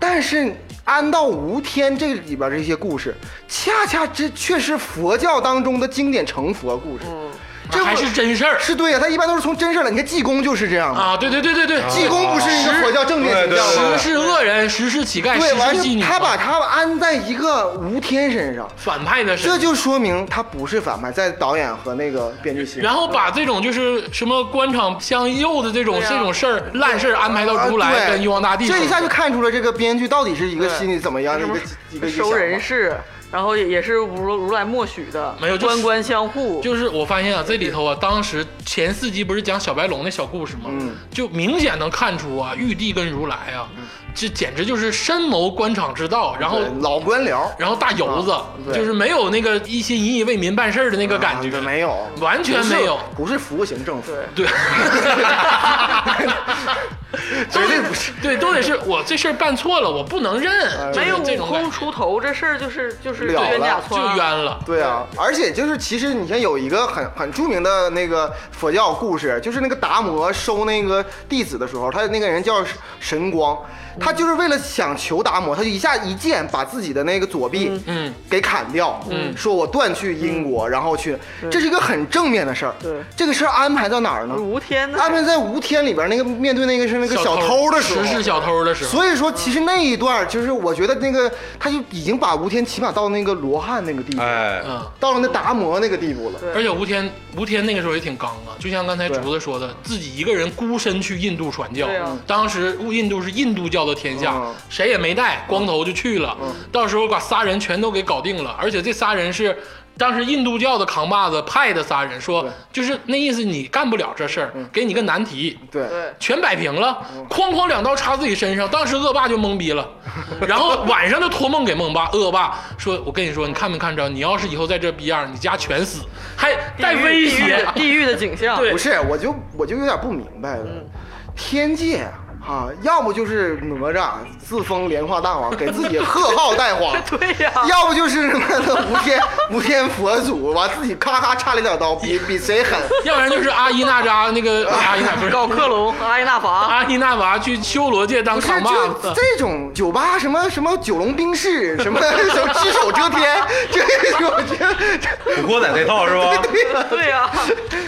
但是安到无天》这里边这些故事，恰恰这却是佛教当中的经典成佛故事。
嗯
这不
还是真事儿
是对呀、他一般都是从真事儿来。你看济公就是这样的，
啊！对对对对对，啊
济公不是一个佛教正面形象吗？
十是恶人，十是乞丐，
对，完
十是
事
妓女，
他把他安在一个无天身上，
反派的是
这。就说明他不是反派，在导演和那个编剧心里。
然后把这种就是什么官场相诱的这种、
对啊
这种事儿烂事儿安排到如
啊
来
对
跟玉皇大帝身
这
上，
一下就看出了这个编剧到底是一个
对
心里怎么样的一个一个一个
收人
想
事，然后也也是如如来默许的，
没有就是
官官相护，
就是我发现啊，这里头啊，当时前四集不是讲小白龙的小故事吗？
嗯，
就明显能看出啊，玉帝跟如来啊，这简直就是深谋官场之道，然
法
后
对老官僚
然后大油子，
对
就是没有那个一心一意为民办事儿的那个感觉，
啊没有，
完全没有，
不是，不是服务型政府，
对，
对
(laughs) 绝对不是。哎
对，都得是我这事儿办错了，我不能认，就是
没有
这
悟
种感
空
觉
出头这事儿就是就是
了了
冤假
就
错案，
冤了。
对啊，而且就是其实你看有一个很很著名的那个佛教故事，就是那个达摩收那个弟子的时候，他那个人叫神光，他就是为了想求达摩，他就一下一剑把自己的那个左臂
嗯
给砍掉，
嗯
说我断去因果，然后去，这是一个很正面的事儿。
对
这个事儿安排到哪儿呢
就是？无天的
安排在无天里边那个面对那个是那个小偷的时候，
实施小偷的时候，
所以说，其实那一段就是我觉得那个他就已经把吴天起码到那个罗汉那个地步，
哎，
嗯。
到了那达摩那个地步了。
对
而且吴天，吴天那个时候也挺刚啊，就像刚才
对
竹子说的，自己一个人孤身去印度传教
对啊。
当时印度是印度教的天下
嗯，
谁也没带，光头就去了。到时候把仨人全都给搞定了，而且这仨人是。当时印度教的扛把子派的仨人说
对，嗯
就是那意思，你干不了这事儿，给你个难题，
对，
对
全摆平了，
嗯
哐哐两刀插自己身上，当时恶霸就懵逼
(laughs)
了，然后晚上就托梦给梦霸，恶霸说：“我跟你说，你看没看着？你要是以后在这逼样，你家全死，还带
地狱
威
地狱
胁 (laughs)
的。地狱的景象，
对
不是，我就我就有点不明白了，天界啊，要不就是哪吒自封莲花大王，给自己贺号带 (laughs) 花。
对呀，
要不就是他妈的无天无天佛祖，完自己咔咔插了两刀，比比谁狠。
要不然就是阿依娜扎那
(laughs)
个阿依娜不是
搞克隆、阿依那房，
阿依娜娃去修罗界当
不是
扛把
就
子，
这种酒吧什么什么九龙冰室什么什么只手遮天，这种这这
古惑仔这套是吧？
(laughs) 对呀，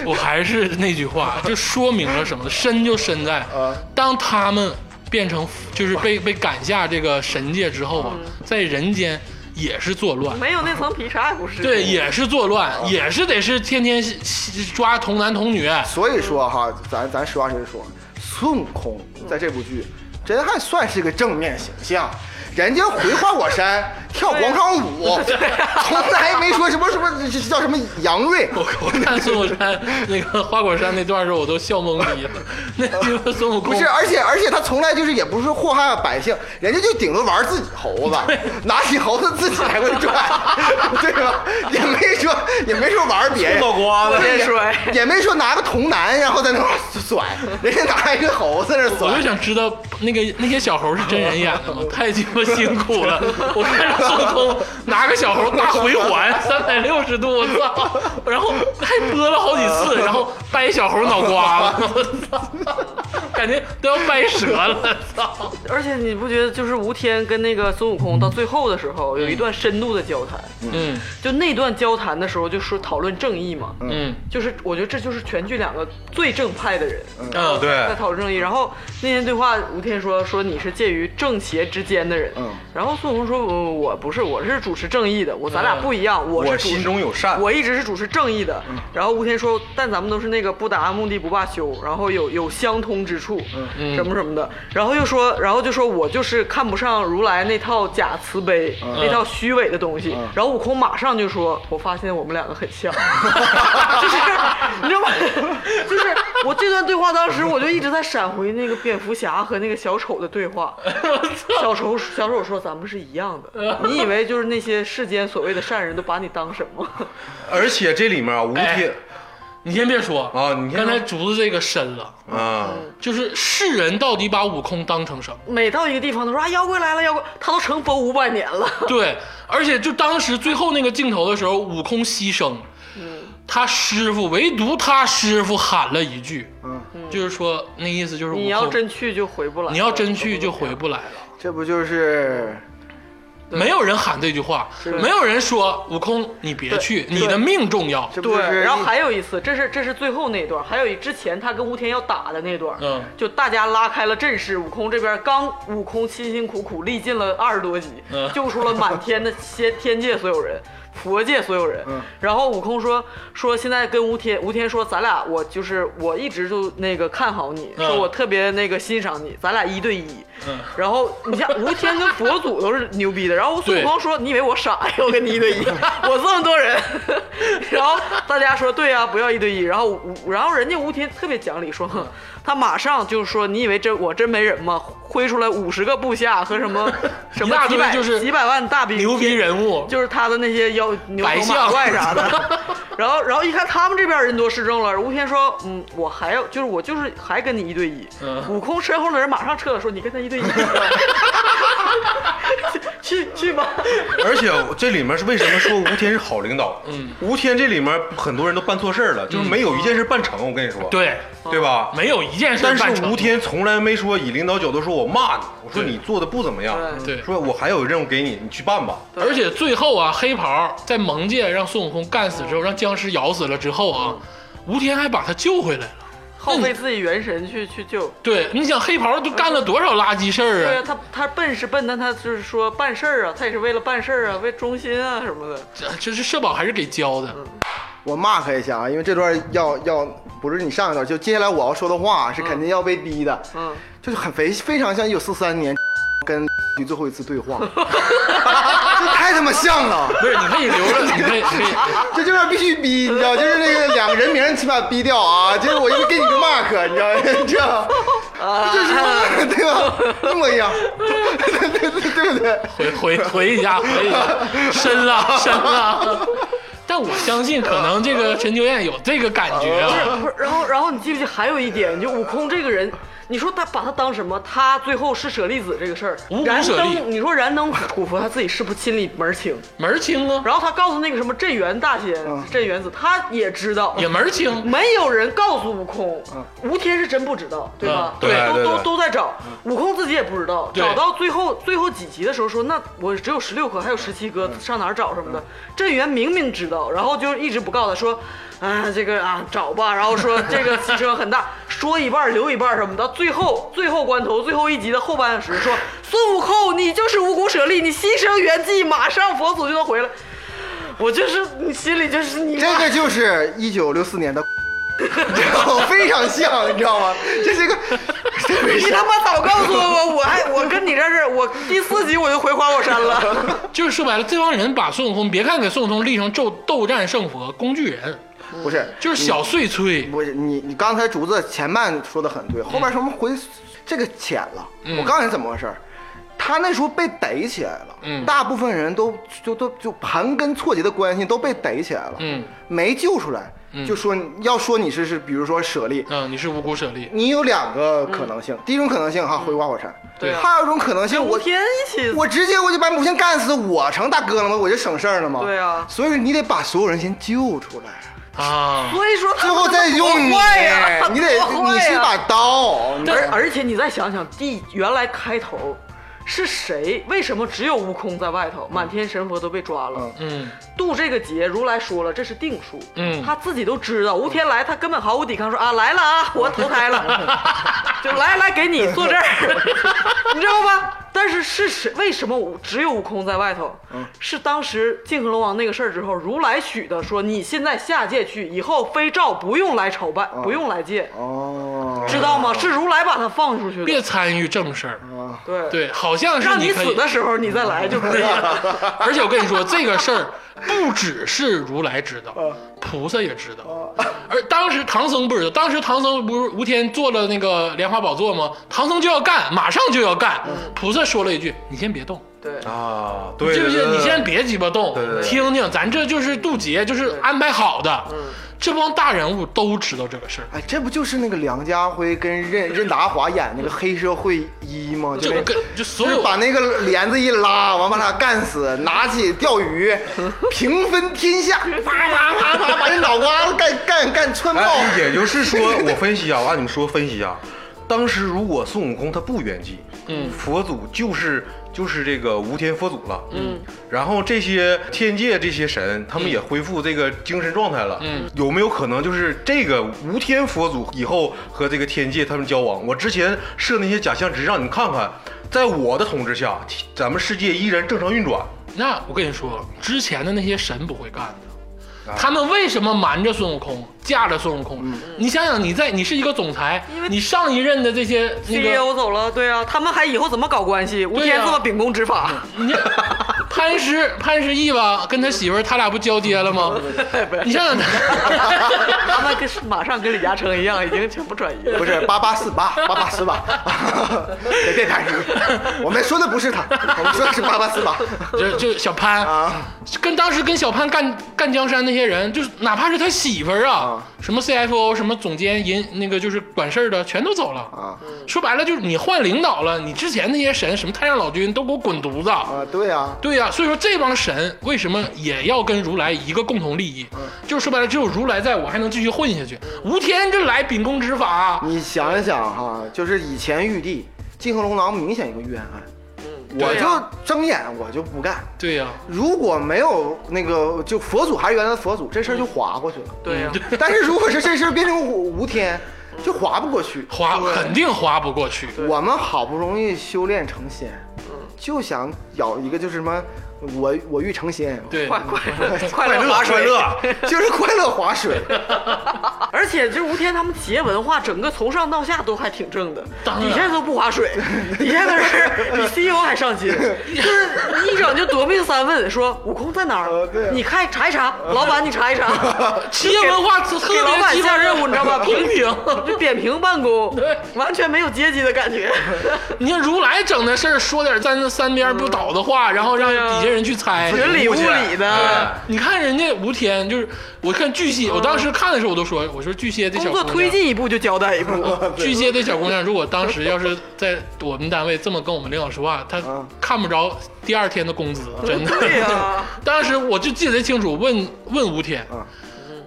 我还是那句话，就说明了什么呢？深就深在
啊，
当他们变成就是被被赶下这个神界之后啊，
嗯
在人间也是作乱。
没有那层皮啥也不是，
对，啊也是作乱，也是得是天天西西抓童男童女。
所以说哈，咱咱实话实说，孙悟空在这部剧真还算是个正面形象。人家回花果山跳广场舞，从来没说什么什么这这叫什么杨瑞，
我 (laughs) 我看孙悟山那个花果山那段的时候，我都笑懵逼 (laughs) 了。那地方孙悟空
不是，而且而且他从来就是也不是祸害百姓，人家就顶多玩自己猴子，拿起猴子自己来回转， (laughs) 对吧？也没说也没说玩别人，
脑瓜子
对也
别摔
也没说拿个童男然后在那块儿 (laughs) 甩，人家拿一个猴子在那儿
我
甩
就。想知道那个那些小猴是真人演的 (laughs) 吗？太鸡巴辛苦了！我看着孙悟空拿个小猴大回环，三百六十度，我操！然后还拨了好几次，然后掰小猴脑瓜子，我操！ (laughs) 感觉都要掰折了，操！
而且你不觉得就是吴天跟那个孙悟空到最后的时候有一段深度的交谈，
嗯
就那段交谈的时候就说讨论正义嘛，
嗯
就是我觉得这就是全剧两个最正派的人
嗯，
在
对，
讨论正义。然后那天对话，吴天说说你是介于正邪之间的人，
嗯
然后孙悟空说我我不是，我是主持正义的，我咱俩
嗯
不一样，我是
我
主持
心中有善，
我一直是主持正义的。然后吴天说，但咱们都是那个不达目的不罢休，然后有有相通之处，
嗯
什么什么的。然后又说，然后就说我就是看不上如来那套假慈悲，那套虚伪的东西。然后悟空马上就说，我发现我们两个很像，就是你知道吗？ (laughs) 就是我这段对话，当时我就一直在闪回那个蝙蝠侠和那个小丑的对话。小丑小丑说：“咱们是一样的，你以为就是那些世间所谓的善人都把你当什么？”
而且这里面啊，吴天
你先别说
啊你先
刚才
说
竹子这个深了。
哎
啊，
就是世人到底把悟空当成什么？
(laughs)
每到一个地方都说啊妖怪来了，妖怪，他都成佛五百年了。
对，而且就当时最后那个镜头的时候，悟空牺牲，
嗯
他师傅唯独他师傅喊了一句，
嗯
就是说那意思就是悟空
你要真去就回不来，
你要真去就回不来了。
这不就是
没有人喊这句话，没有人说悟空你别去，你的命重要。
这不
对，
是
然后还有一次，这是这是最后那段，还有一之前他跟吴天要打的那段，
嗯
就大家拉开了阵势，悟空这边刚悟空辛辛苦苦历尽了二十多集，
嗯
救出了满天的仙天界所有人。佛界所有人，然后悟空说说现在跟吴天，吴天说咱俩我就是我一直就那个看好你，
嗯
说我特别那个欣赏你，咱俩一对一。然后你像吴天跟佛祖都是牛逼的，然后孙悟
对
空说你以为我傻呀？我跟你一
(laughs)
对一，我这么多人。然后大家说对啊呀、不要一对一。然后吴然后人家吴天特别讲理说，哼他马上就说你以为真我真没人吗？挥出来五十个部下和
(laughs)
什么什么
一大
几
堆
百
就是
几百万大兵，
牛逼人物，
就是他的那些妖牛
白
头马
象
怪
(laughs)
啥的。然后，然后一看他们这边人多势众了，吴天说：“嗯，我还要，就是我就是还跟你一对一。
嗯
悟空身后的人马上撤了，说：“你跟他一对一。 (laughs) 去”去去吧。
(laughs) 而且这里面是为什么说吴天是好领导？
嗯，
吴天这里面很多人都办错事儿了，就是没有一件事办成。我跟你说，
对，
对吧？
没有一件事
但
办
是
成。
吴天从来没说以领导角度说我骂你，我说
对
你做的不怎么样，
对
对
说我还有任务给你，你去办吧。
而且最后啊，黑袍在蒙界让孙悟空干死之后，让僵尸咬死了之后啊，吴天还把他救回来了。
耗费自己元神去去救。
对，你想黑袍都干了多少垃圾事儿
对
啊
啊，？他他笨是笨，但他就是说办事儿啊，他也是为了办事儿啊，为忠心啊什么的。
这这是社保还是给交的？
我 mark 一下啊，因为这段要要不是你上一段，就接下来我要说的话是肯定要被逼的，
嗯，
就是很非非常像一九四三年 (laughs) 跟你最后一次对
(laughs)
话，这太他妈像了。
不是，你可以留着， (laughs) 你可以，可以。
这这边必须逼，你知道，就是那个两个人名起码逼掉啊，就是我就给你个 mark，你知 (laughs) 道，这
(laughs)
样，
啊
就是 mark，对吧？一模一样， (laughs) 对对对对不对？
回回回一下，回一 (laughs) 下，深了深了。但我相信，可能这个陈秋燕有这个感觉啊。
不是，然后然后你记不记还有一点，就悟空这个人，你说他把他当什么？他最后是舍利子这个事儿
无，
燃
骨舍利
灯，你说燃灯古佛他自己是不是心里门儿清？
门儿清啊，
然后他告诉那个什么镇元大仙、镇元子，他也知道。
嗯也门儿清。
没有人告诉悟空，吴天是真不知道，对吧？
嗯对对
都都
对
都在找，悟空自己也不知道。
对
找到最后最后几集的时候说，那我只有十六颗，还有十七颗，上哪儿找什么的？镇元明明知道，然后就一直不告诉他说，啊这个啊找吧，然后说这个牺牲很大，说一半儿留一半儿什么的。最后最后关头最后一集的后半时说，孙悟空你就是无骨舍利，你牺牲元气，马上佛祖就能回来。我就是你心里就是你
(laughs) 这
妈
个就是一九六四年的，你知道吗？非常像，你知道吗？这是一个，特别
你
像
他。妈早告诉我，我还我跟你这是，我第四集我就回花果山 (laughs) 了。
就是说白了，这帮人把孙悟空，别看给孙悟空立成斗斗战胜佛工具人，
不是，
就是小碎催。
不是你你刚才竹子前半说的很对，后边什么回这个浅了。我告诉你怎么回事儿。他那时候被逮起来了，
嗯
大部分人都就都就盘根错节的关系都被逮起来了，
嗯，
没救出来，就说你要说你是是，比如说舍利，
嗯，你是无骨舍利，
你有两个可能性，第一种可能性哈回花果山，
对啊
还有一种可能性
五
我
天一起，
我直接我就把母亲干死，我成大哥了吗？我就省事儿了吗？
对啊
所以你得把所有人先救出来。
啊，
所以说
最后再用你，哎
多坏呀，
你得
多坏呀
你是把刀，你
而而且你再想想，第原来开头是谁？为什么只有悟空在外头？满天神佛都被抓了。
嗯，
渡这个劫，如来说了，这是定数。
嗯
他自己都知道。吴天来，他根本毫无抵抗，说啊来了啊，我投胎了，就来来给你坐这儿， (laughs) 你知道吧？但是事实为什么我只有悟空在外头？是当时泾河龙王那个事儿之后，如来许的，说你现在下界去，以后非诏不用来朝拜，不用来见，
哦，
知道吗？是如来把他放出去
别
的。
参与正事儿。
对，
对，好像是
哦让你
可
死
以。
的时候你再来就可以
(laughs)
了。
而且我跟你说，这个事儿不只是如来知道，
哦
菩萨也知道。而当时唐僧不知道，当时唐僧不是吴天做了那个莲花宝座吗？唐僧就要干，马上就要干。
嗯
菩萨说了一句：“你先别动，
对。
啊，对，
是不
对
是？
对
你先别鸡巴动
对对，对
听听，咱这就是渡劫，就是安排好的。
嗯
这帮大人物都知道这个事儿。”
哎，这不就是那个梁家辉跟任任达华演那个黑社会一吗？
就
那
跟就所
就是
有
把那个帘子一拉，完把他干死，拿起钓鱼，平分天下，啪啪啪啪，把人脑瓜子干干干穿爆。
哎，也就是说，我分析啊，按你们说分析啊，当时如果孙悟空他不圆寂，嗯，佛祖就是就是这个无天佛祖了，嗯，然后这些天界这些神他们也恢复这个精神状态了，嗯，有没有可能就是这个无天佛祖以后和这个天界他们交往？我之前设那些假象，只是让你看看，在我的统治下，咱们世界依然正常运转。
那我跟你说，之前的那些神不会干的，他们为什么瞒着孙悟空，架着孙悟空？你想想，你在你是一个总裁
因为，
你上一任的这些那个
CEO 走了，对啊，他们还以后怎么搞关系？吴天这么秉公执法，
你潘石潘石屹吧，跟他媳妇儿他俩不交接了吗？你想想他，
(laughs) 他们跟马上跟李嘉诚一样，已经全部转移
(laughs)
了。
不是八八四八八八四八， (laughs) 别别打你，我们说的不是他， (laughs) 我们说的是八八四八
就就小潘，
啊，
跟当时跟小潘干干江山那些人，就是哪怕是他媳妇儿啊，什么 CFO 什么总监银那个就是管事儿的，全都走了嗯
啊。
说白了就是你换领导了，你之前那些神什么太上老君都给我滚犊子。
(laughs) 啊，对啊，
对呀、所以说这帮神为什么也要跟如来一个共同利益？
嗯
就是说白了，只有如来在我还能继续混下去。吴天这来秉公执法，
你想一想哈，就是以前玉帝泾河龙狼明显一个预言案，我
嗯对啊呀
就睁眼我就不干。
对呀、
如果没有那个，就佛祖还是原来的佛祖，这事儿就划过去
嗯
了。
啊
对啊呀、
但是如果是这事儿变成无无天，
嗯
就划不过去。
划肯定划不过去。
我们好不容易修炼成仙，
嗯
就想咬一个就是什么，我我欲成仙，
对，
快快快
快
乐
乐
划
快
水！
乐，
(laughs) 就是快乐划水。
而且就是吴天他们企业文化，整个从上到下都还挺正的，
当然
底下都不划水，底下的人比 CEO E 还上心，就是一整就夺命三问，说悟空在哪
呃
儿
对啊？
你看查一查，老板你查一查，
企业文化特特
(laughs) 给老
别
板
鸡巴
下任务，你知道吧？
公平。
(laughs) 就扁平办公
对，
完全没有阶级的感觉。
你看如来整的事儿，说点三三边不倒的话，然后让
对啊
底下人去猜。
云里雾里的，
哎
你看人家吴天，就是我看巨蟹，我当时看的时候我都说，我说巨蟹这小
工作
姑娘
推进一步就交代一步，
(laughs) 巨蟹这小姑娘，如果当时要是在我们单位这么跟我们领导说话，她
嗯
看不着第二天的工资，真的。
(laughs) 对呀
(laughs) 当时我就记得贼清楚，问问吴天
嗯，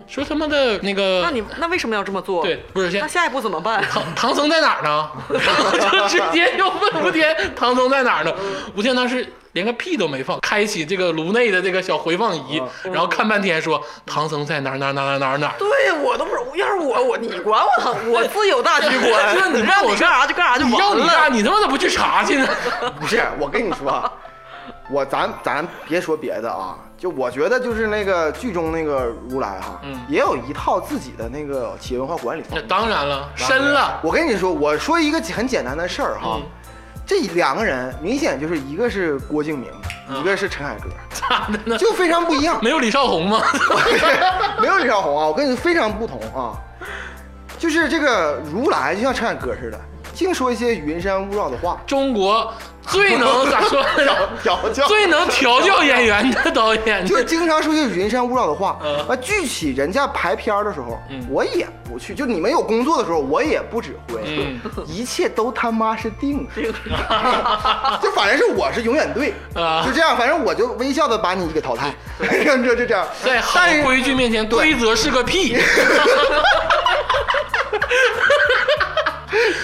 说他妈的那个，
那你那为什么要这么做？
对，不是先
那下一步怎么办？
唐唐僧在哪儿呢？然后就直接就问吴天唐僧在哪儿呢？吴天当时连个屁都没放，开启这个颅内的这个小回放仪，
嗯
然后看半天说唐僧在哪儿哪儿哪儿哪儿哪儿。。
(laughs) 对我都不是，要是我我你管我唐，我自有大局
(laughs)
观
就是你让
让
我
你干啥就干啥就
你要
完
你
了。
干，你他妈咋不去查去呢？ (laughs)
不是，我跟你说，啊，我咱咱别说别的啊，就我觉得就是那个剧中那个如来哈、也有一套自己的那个企业文化管理
嗯
方
那
法。
当嗯然了，深了， (laughs)
我跟你说，我说一个很简单的事儿哈、这两个人明显就是一个是郭敬明，
嗯
一个是陈凯歌，
咋的呢？
就非常不一
(laughs)
样。
没有李少红吗？
没有李少红啊，我跟你非常不同啊，就是这个如来就像陈凯歌似的，净说一些云山雾绕的话， (laughs)
中国最能咋
(laughs)
说呢？
调教
最能调教演员的导演，
就经常说些云山雾绕的话。啊，具体人家排片儿的时候，我也不去；就你们有工作的时候，我也不指挥。
嗯
一切都他妈是定数， (laughs) 就反正是我是永远对，
啊
就这样，反正我就微笑的把你给淘汰， (laughs) 就就这样。
在好
但是
规矩面前，规则是个屁。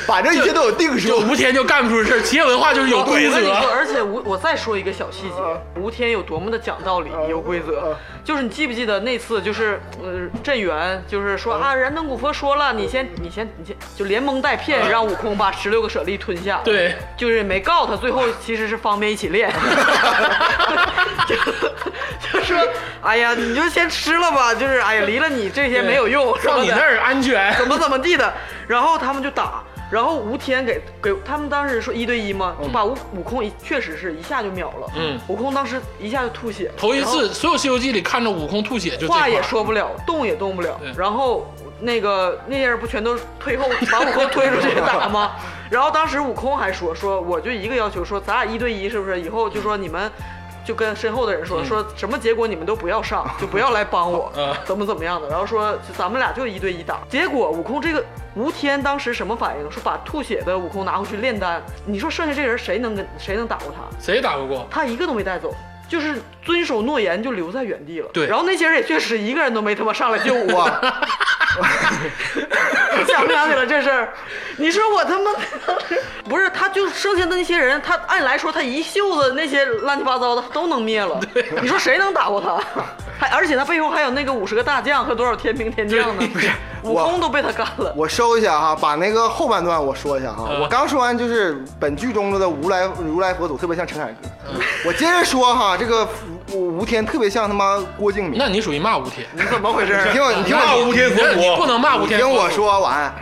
反正一切都有定
就
数。
吴天就干不出事儿，企业文化就是有
我
规
跟你说，
则。
而且吴，我再说一个小细节，吴天有多么的讲道理，有规则。就是你记不记得那次，就是呃，镇元就是说啊，燃灯古佛说了，你先你先你先就连蒙带骗，让悟空把十六个舍利吞下。，
嗯对，
就是没告他，最后其实是方便一起
(laughs)
练。就就说，哎呀，你就先吃了吧，就是哎呀，离了你这些没有用，是吧
放你那儿安全。
怎么怎么地的，然后他们就打，然后吴天给给他们当时说一对一嘛，就把悟悟空一确实是一下就秒了，
嗯
悟空当时一下就吐血，
头一次，所有《西游记》里看着悟空吐血就这块
话
儿
也说不了，动也动不了
对，
然后那个那些人不全都退后把悟空推出去打
(laughs)
吗？然后当时悟空还说说我就一个要求说咱俩一对一是不是？以后就说你们。就跟身后的人说说什么结果你们都不要上，就不要来帮我
嗯，
怎么怎么样的。然后说就咱们俩就一对一打。结果悟空这个吴天当时什么反应？说把吐血的悟空拿回去炼丹。你说剩下这人谁能跟谁能打过他？
谁打不过？
他一个都没带走，就是遵守诺言就留在原地了。
对
(laughs)
然后那些人也确实一个人都没他妈上来救我。 (laughs)
哇，
想不想起来这事儿？你说我他妈 (laughs) 不是，他就剩下的那些人，他按理来说他一袖子那些乱七八糟的都能灭了。你说谁能打过他？还而且他背后还有那个五十个大将和多少天兵天将呢？ (laughs) 悟空都被他干了。
我收一下哈，把那个后半段我说一下哈。
嗯
我刚说完就是本剧中的如来如来佛祖特别像陈凯歌，我接着说哈，这个吴吴天特别像他妈郭敬明。
(laughs) 那你属于骂吴天，
你怎么回事？你听我，你听
骂
我，
吴天
你这你
佛
不
祖，
能骂吴
你
天。
听我说完。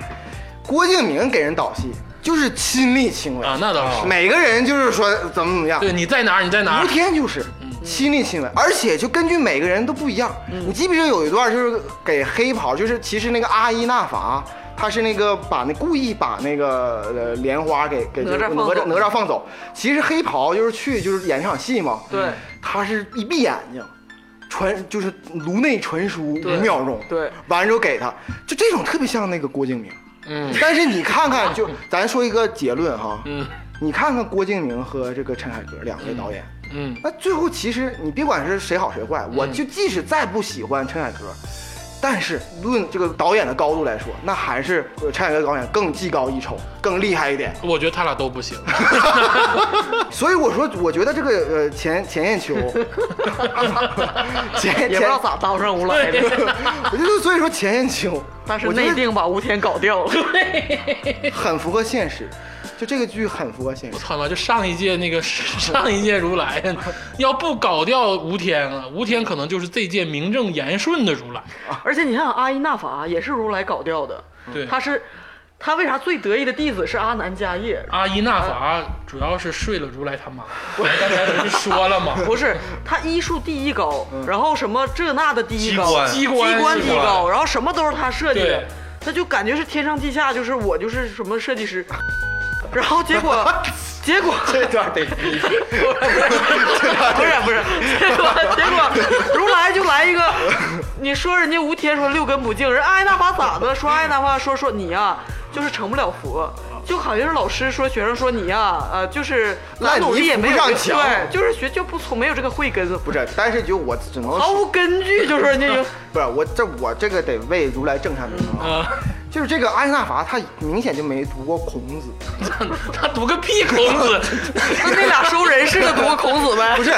郭敬明给人导戏就是亲力亲为，
啊，那倒是。
每个人就是说怎么怎么样。
对，你在哪儿？你在哪
吴
儿？
天就是亲力亲为，而且就根据每个人都不一样。
嗯
你记不记得有一段就是给黑袍，就是其实那个阿依纳法，他是那个把那故意把那个呃莲花给给
哪
就是
吒
哪
放
吒
走
哪吒放走。其实黑袍就是去就是演场戏嘛，
对，
他是一闭眼睛。传就是颅内传输五
对
秒钟，
对
完了之后给他，就这种特别像那个郭敬明，
嗯
但是你看看，就咱说一个结论哈，
嗯
你看看郭敬明和这个陈凯歌两位导演，
嗯，
那最后其实你别管是谁好谁坏，
嗯
我就即使再不喜欢陈凯歌，但是论这个导演的高度来说，那还是呃陈凯歌导演更技高一筹，更厉害一
(laughs)
点。
我觉得他俩都不行。
所以我说，我觉得这个呃钱钱雁
(laughs)
秋，钱
也不知
钱
道，咋搭不上吴来的，
我就所以说钱雁秋，
(laughs) 但是
我觉
内
得
定把吴天搞掉了。
很符合现实，就这个剧很符合现
(laughs)
实
我。操妈！就上一届那个上一届如来，要不搞掉吴天啊，吴天可能就是这届名正言顺的如来。
而且你看阿依纳法啊也是如来搞掉的，
对，
他是他为啥最得意的弟子是阿难迦叶？
阿依那法主要是睡了如来他妈，我刚才不是说了吗？
(laughs) 不是，他医术第一高，
嗯
然后什么这那的第一
机
高，
关
机关
机关第
是
一
吧
高，然后什么都是他设计的
对，
他就感觉是天上地下，就是我就是什么设计师，然后结果结果
这段得
(laughs) 不是不是，结果结果如来就来一个，你说人家吴天说六根不净，人阿依那法咋的？说阿依那法说说你呀、就是成不了佛。就好像是老师说学生说你呀、呃，就是咋
烂泥
努力也
扶
没有
上
这个
墙
对，就是学就不聪，没有这个慧根，
不是，但是就我只能
毫
说，
无根据，就说
(laughs)
人家有
不是我这我这个得为如来正上名啊。
啊，
嗯
就是这个阿依纳法，他明显就没读过孔子，
他读个屁孔子！
那那俩收人似的读过孔子呗？
不
(laughs)
是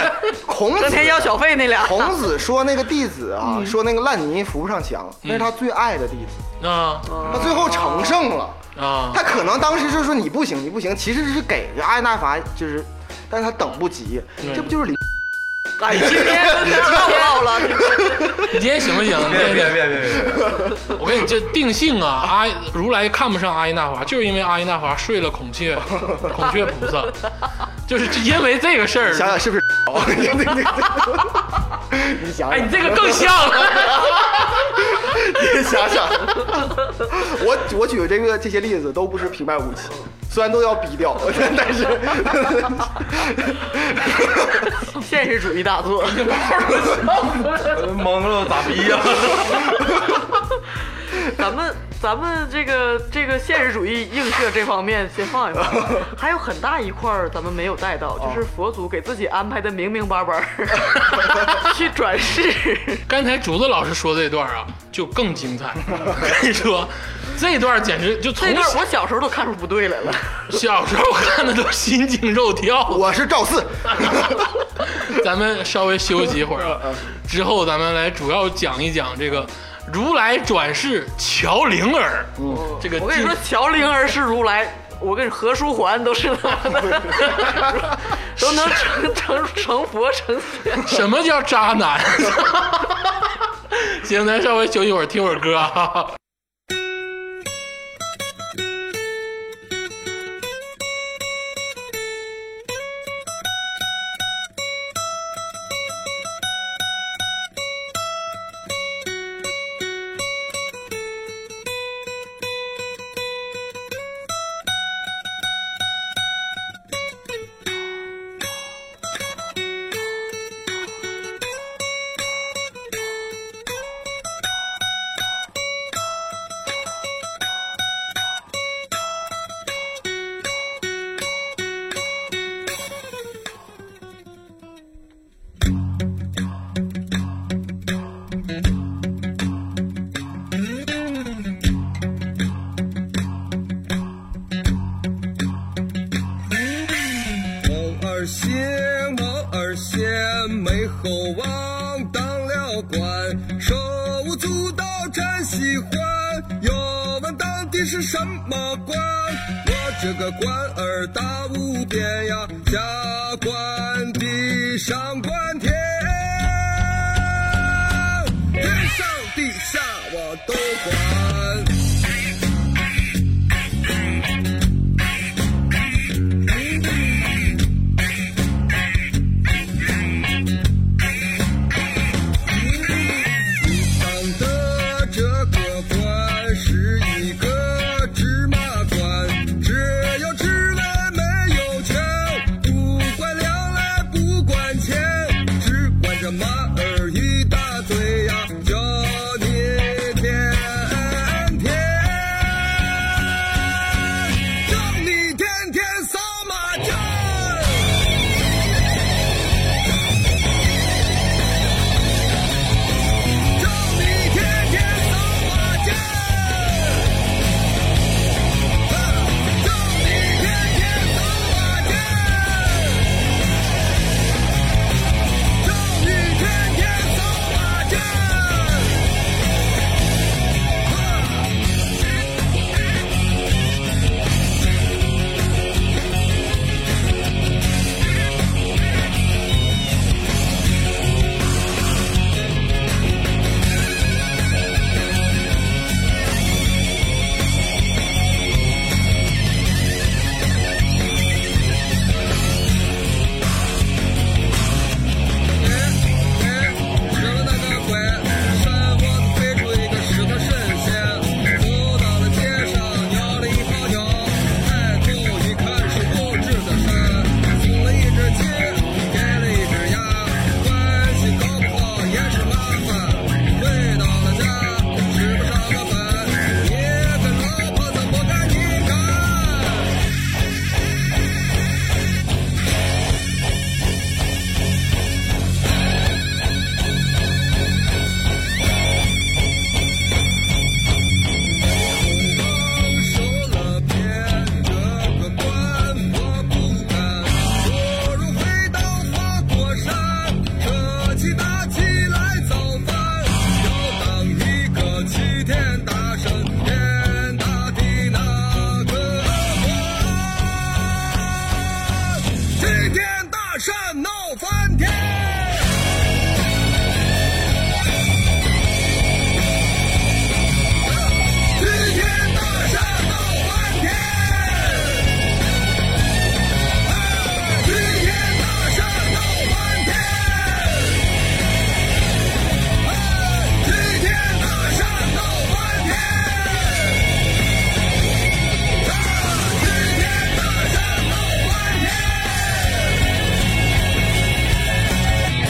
孔
整
子。
天要小费那俩。
孔子说那个弟子啊，说那个烂泥扶不上墙，那是他最爱的弟子，
啊
他最后成圣了。
啊，
他可能当时就说你不行，你不行，其实是给这阿依纳法就是，但是他等不及，这不就是李
哎，今天真的唠唠了， (laughs)
你今天行不行？
别
对
别别
对，
别别别，
我跟你这定性啊，阿如来看不上阿依那法，就是因为阿依那法睡了孔
(laughs)
雀孔雀菩萨，就是因为这个事儿。
想想是不是？你想
哎，
想
你，这个更像了。
你想想，我我举的这个这些例子都不是平白无奇，虽然都要逼掉， (laughs) 但是
现实主义大作。
蒙了咋逼呀？
咱们咱们这个这个现实主义映射这方面先放一
(laughs)
放，还有很大一块儿咱们没有带到，
哦
就是佛祖给自己安排的明明白白
(laughs)
儿去转世。
刚才竹子老师说这段啊，就更精彩。我跟你说，这段简直就从
这段我小时候都看出不对来了。
小时候看的都心惊肉跳。
我是赵四。
咱们稍微休息一会儿啊，
嗯
之后咱们来主要讲一讲这个如来转世乔灵儿，
嗯
这个
我跟你说，乔灵儿是如来，我跟你何书桓都是他的，都能成成成佛成仙。 (laughs)
什么叫渣男？ (laughs) 行，咱稍微休息一会儿，听会儿歌啊。
Thank
姓王二贤没后王当了官，手舞足蹈占喜欢，有问到底是什么官？我这个官儿大无边呀，下官地上官天，天上地下我都管。当的这个官是一个芝麻官，只有职位没有权，不管粮来不管钱，只管这马儿一大嘴呀，叫你天天，叫你天天撒马酱。让你天天扫把街，让你天天扫把街，让你天天扫把街。人们那个鬼，山窝子飞出一个石头神仙，走到了街上，摇了一泡脚，抬头一看是后置的山，送了一只鸡，给了一只鸭，关系搞不好也是麻烦。回到了家，吃不上了饭，也跟老婆子不干净干。受了骗，这个官我不干，不如回到花果山，扯起大旗来造反，要当一个齐天大圣，天大地那个官，齐天大圣闹翻天。齐天大圣闹翻天，齐天大圣闹翻天，齐天大圣闹翻天，齐天大圣闹翻天，齐天大圣闹翻天。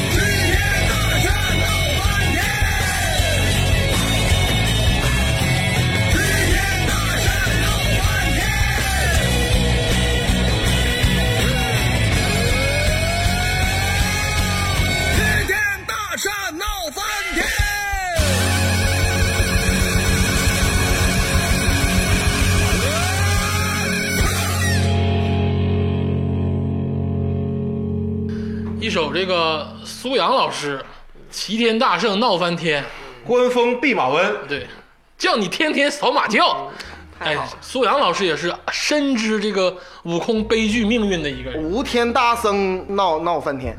齐天大圣闹翻天。齐天大圣闹翻天。
一首这个苏阳老师《齐天大圣闹翻天》，
官封弼马温，
对，叫你天天扫马叫。哎
太好了，
苏阳老师也是深知这个悟空悲剧命运的一个人。
无天大僧闹闹翻天，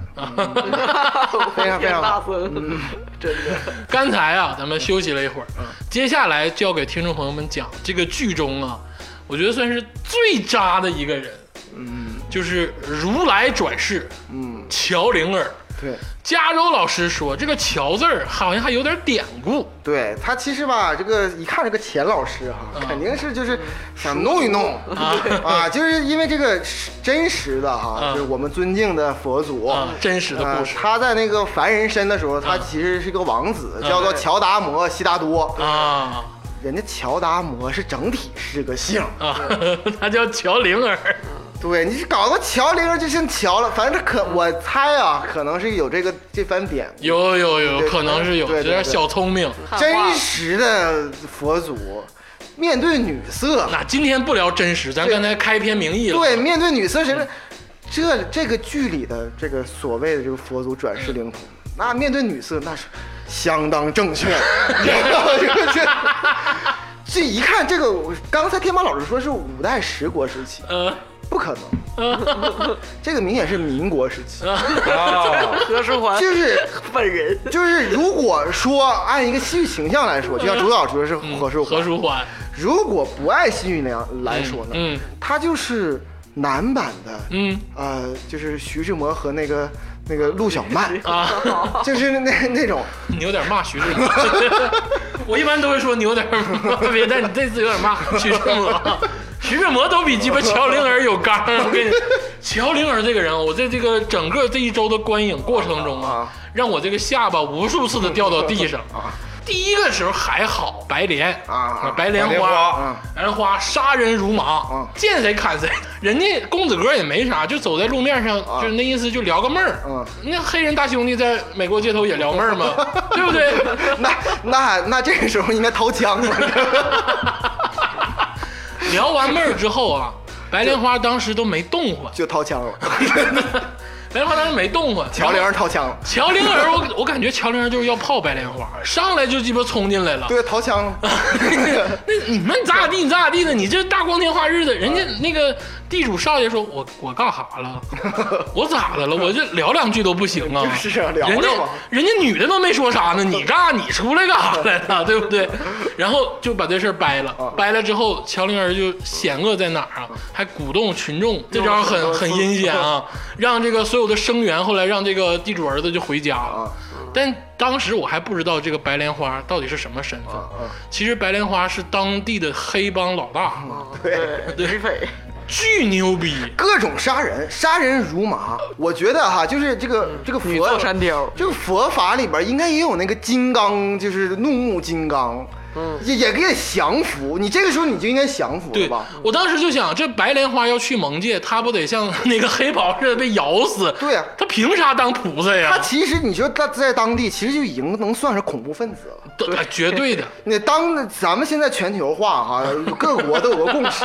非常非常
大
好
孙， (laughs) 真的
刚才啊，咱们休息了一会儿，
嗯
接下来就要给听众朋友们讲这个剧中啊，我觉得算是最渣的一个人，嗯，就是如来转世，嗯，乔灵儿。
对。
加州老师说，这个“乔”字儿好像还有点典故，
对他其实吧，这个一看这个钱老师哈、
嗯
肯定是就是想弄一弄啊就是因为这个是真实的哈、
啊
就是我们尊敬的佛祖，
啊真实的故事嗯
呃他在那个凡人身的时候，他其实是个王子，叫做乔达摩悉达多。
啊
人家乔达摩是整体是个姓，
啊， (laughs) 他叫乔灵儿
对，你搞个乔灵儿就姓乔了，反正可
嗯
我猜啊，可能是有这个这番典故。
有有有，
对
可能是有，
对
有
对
点小聪明。
真实的佛祖面对女色，
那今天不聊真实，咱刚才开篇名义了。
对，面对女色神，这这个剧里的这个所谓的这个佛祖转世灵童，那面对女色那是相当正确
(laughs)
的， (laughs) 这这这一看这个，我刚才天马老师说是五代十国时期，
呃，
不可能，
(laughs)
这个明显是民国时期，
啊，
何书桓
就是
本人
就是如果说按一个戏剧形象来说，
嗯
就像主导说是何叔
何
桓，
书桓，
如果不按戏剧那样来说呢，
嗯嗯嗯
他就是男版的，
嗯
呃，就是徐志摩和那个那个陆小曼，
啊，
就是那那种，
你有点骂 (laughs) 徐志摩，我一般都会说你有点骂别，但你这次有点骂徐志摩， (laughs) 徐志摩都比鸡巴乔玲儿有刚儿。我 (laughs) 跟你，乔玲儿这个人，我在这个整个这一周的观影过程中啊，让我这个下巴无数次的掉到地上。第一个时候还好，白莲
啊
白莲
白莲花
花
啊，
白莲花杀人如麻
啊，
见谁砍谁。 (laughs) 人家公子哥也没啥，就走在路面上，
啊
就是那意思，就聊个妹儿。
嗯
那黑人大兄弟在美国街头也撩妹儿
(laughs)
嘛，对不对？
那那那这个时候应该掏枪了， (laughs)
聊完妹儿之后啊，白莲花当时都没动换， (laughs)
就掏枪了，
白莲花当时没动换。
乔玲儿掏枪了，
乔灵儿，我我感觉乔灵儿就是要泡白莲花，上来就鸡巴冲进来了。
对，掏枪了，
那你们咋地？你咋地呢？你这大光天化日的，人家那个地主少爷说，我我干啥
(laughs)
了？我咋的了？我这聊两句都不行啊？
就是啊聊
人家
聊吧
人家女的都没说啥呢，你干你出来干啥来
(laughs)
了？对不对？然后就把这事儿掰
啊
了，掰了之后，乔灵儿就险恶在哪儿啊？还鼓动群众，这招很很阴险啊，让这个所有的生源后来让这个地主儿子就回家了
啊。
但当时我还不知道这个白莲花到底是什么身
啊
份。其实白莲花是当地的黑帮老大，
嗯对。
劫匪，
巨牛逼。
各种杀人，杀人如麻。我觉得哈，就是这个这个
女
佛
造山雕，
这个佛法里边应该也有那个金刚，就是怒目金刚，嗯，也也给降服。你这个时候你就应该降服了
对
吧？，
我当时就想，这白莲花要去冥界，他不得像那个黑袍似的被咬死？
对呀
他凭啥当菩萨
他
呀？
其实你说他在当地其实就已经能算是恐怖分子了。
对绝对的。
那当咱们现在全球化哈、各国都有个共识，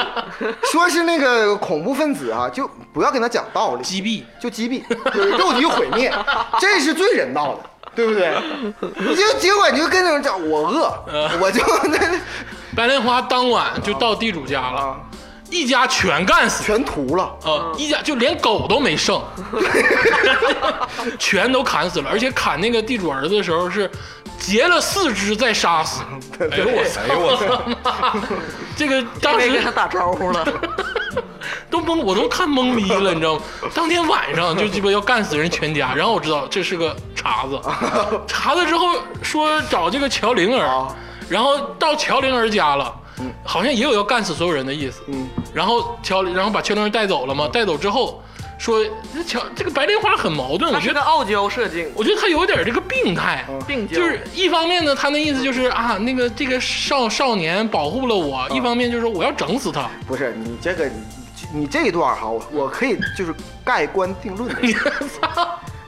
说是那个恐怖分子啊，就不要跟他讲道理，
击毙
就击毙，就是肉体毁灭，这是最人道的，对不对？你就结果你就跟那种讲，我饿，我就那
白莲花当晚就到地主家了，
啊，
一家全干死。
全嗯屠了，
啊、一家就连狗都没
(laughs)
剩，全都砍死了，而且砍那个地主儿子的时候是截了四肢再杀
(laughs)
死。
哎呦我操，哎呦 (laughs) 我操，
这个当
没
时
跟他打招呼了，
都懵，我都看懵逼了，你知道吗？当天晚上就鸡巴要干死人全家，然后我知道这是个茬子，茬子之后说找这个乔灵儿
啊，
然后到乔灵儿家了。好像也有要干死所有人的意思，嗯，然后乔，然后把乔灵儿带走了嘛，带走之后说这乔这个白莲花很矛盾，我
他
觉
是
得
个傲娇设定，
我觉得他有点这个病态，
病娇，
就是一方面呢，他那意思就是啊，那个这个少少年保护了我；一方面就是说我要整死他。
不是你这个你你这一段哈，我我可以就是盖棺定论的，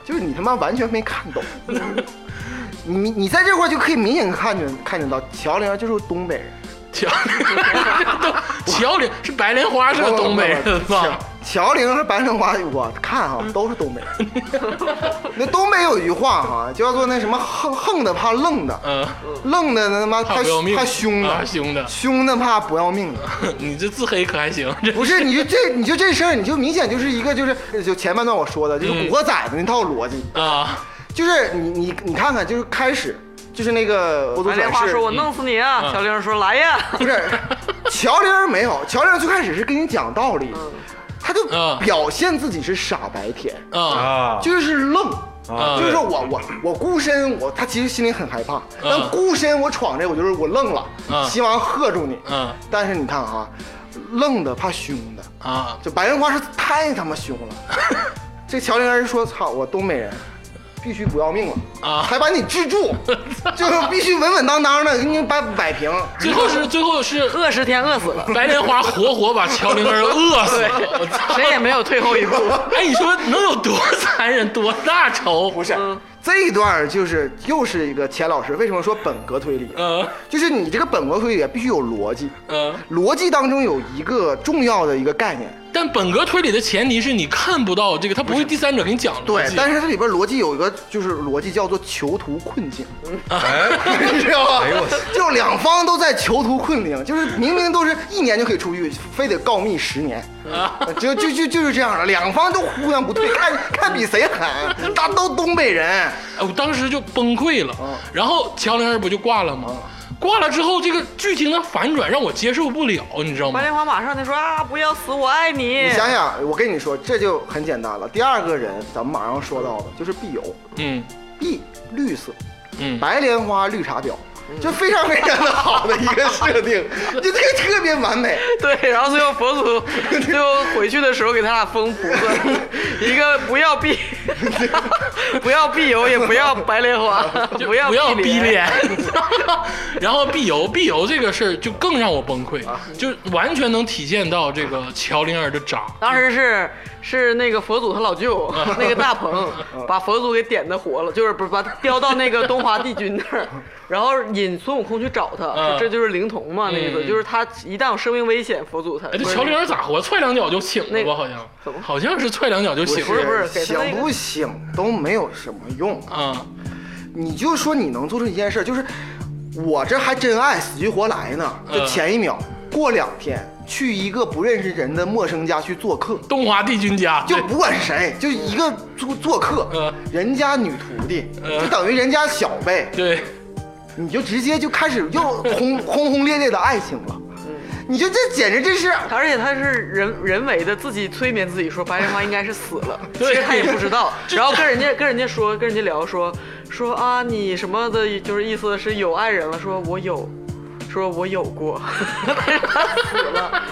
就是你他妈完全没看懂。 (laughs) 你你在这块儿就可以明显看见看见到乔玲就是东北人，
乔
(laughs)
乔莲是白莲花是个东北人吧？
乔玲和白莲花，我看哈都是东
(laughs)
北人。那东北有一句话哈，叫做那什么横横的怕愣的，
嗯，
愣的他妈
怕
怕
不要命，
怕凶
啊
的，
凶的， (laughs)
凶的怕不要命的。
你这自黑可还行？这
不是，你就这你就这事儿，你就明显就是一个就是就前半段我说的，就是
嗯
古惑仔的那套逻辑，
啊，
就是你你你看看，就是开始就是那个
白莲花说：“我弄死你啊！”小玲说：“来呀
不是，
(laughs)
乔玲儿没有，乔玲儿最开始是跟你讲道理，他就
嗯
表现自己是傻白甜，
啊
(laughs) 啊，
就是愣。
啊
就是说我我我孤身，我他其实心里很害怕，
嗯
但孤身我闯这，我就是我愣
嗯
了，希望吓住你。
嗯
但是你看啊，愣的怕凶的，
啊！
这白莲花是太他妈凶
(laughs)
了。这乔玲儿说：“操，我东北人，必须不要命了
啊
还把你
(laughs)
制住，就是必须稳稳当当的给你摆摆平。
最后是最后是！”
饿十天饿死了，
白莲花活活把乔灵儿饿死了。我操！
谁也没有退后一步。
哎，你说能有多残忍，多大仇？
不是、这一段儿就是又是一个钱老师为什么说本格推理？
嗯
就是啊你这个本格推理必须有逻辑，
嗯。
逻辑当中有一个重要的一个概念，
但本格推理的前提是你看不到这个，他不会第三者给你讲逻
对
辑，
但是它里边逻辑有一个就是逻辑叫做囚徒困境，
哎，
你知道吧
哎呦 (laughs) 我？
(laughs) 就两方都在囚徒困境，就是明明都是一年就可以出狱，非得告密十 (laughs) 年，就就就就是这样的，两方都互相不 (laughs) 对，看看比谁狠，大都东北 (laughs) 人，
哎我当时就崩溃了。
嗯
然后乔玲儿不就挂了吗？挂了之后，这个剧情的反转让我接受不了，你知道吗
白？莲花马上就说啊，不要死，我爱你。
你想想，我跟你说，这就很简单了。第二个人，咱们马上说到的就是必有，
嗯，
碧绿色，
嗯
白莲花绿茶婊，
嗯
就非常非常的好的一个设
(laughs)
定，就这个特别完美。
对，然后最后佛祖最后回去的时候给他俩封菩萨，一个不要避，不要避油，也不要白莲花，不要
不要逼
避
脸， (laughs) 然后碧游碧游这个事儿就更让我崩溃，
啊
就完全能体现到这个乔玲儿的渣。
(laughs) 当时是是那个佛祖他老舅那个大鹏把佛祖给点的活了，就是不是把他叼到那个东华帝君那儿，然后引孙悟空去找他，
嗯
这就是灵童嘛，那意思
嗯
就是他一旦有生命危险，佛祖才
哎，这
不是
乔玲儿咋活？踹两脚就醒了
那
吧？
个
好像
怎么
好像是踹两脚就醒
不是
了。
不是给他那
醒
个
不醒都没有什么用，
啊，
你就说你能做出一件事，就是我这还真爱死去活来呢。就
嗯
前一秒，过两天去一个不认识人的陌生家去做客，
东华帝君家
就
哎
对
不管是谁，就一个做做客
嗯，
人家女徒弟，
嗯
就等于人家小辈，
对，
你就直接就开始又轰轰轰烈烈的爱情了。
嗯
你就这简直这是
而且他是人人为的自己催眠自己说白莲花应该是死了，其
对
实他也不知道。然后跟人家跟人家说跟人家聊说说啊你什么的，就是意思是有爱人了，说我有，说我有过， (laughs) 但是他死了。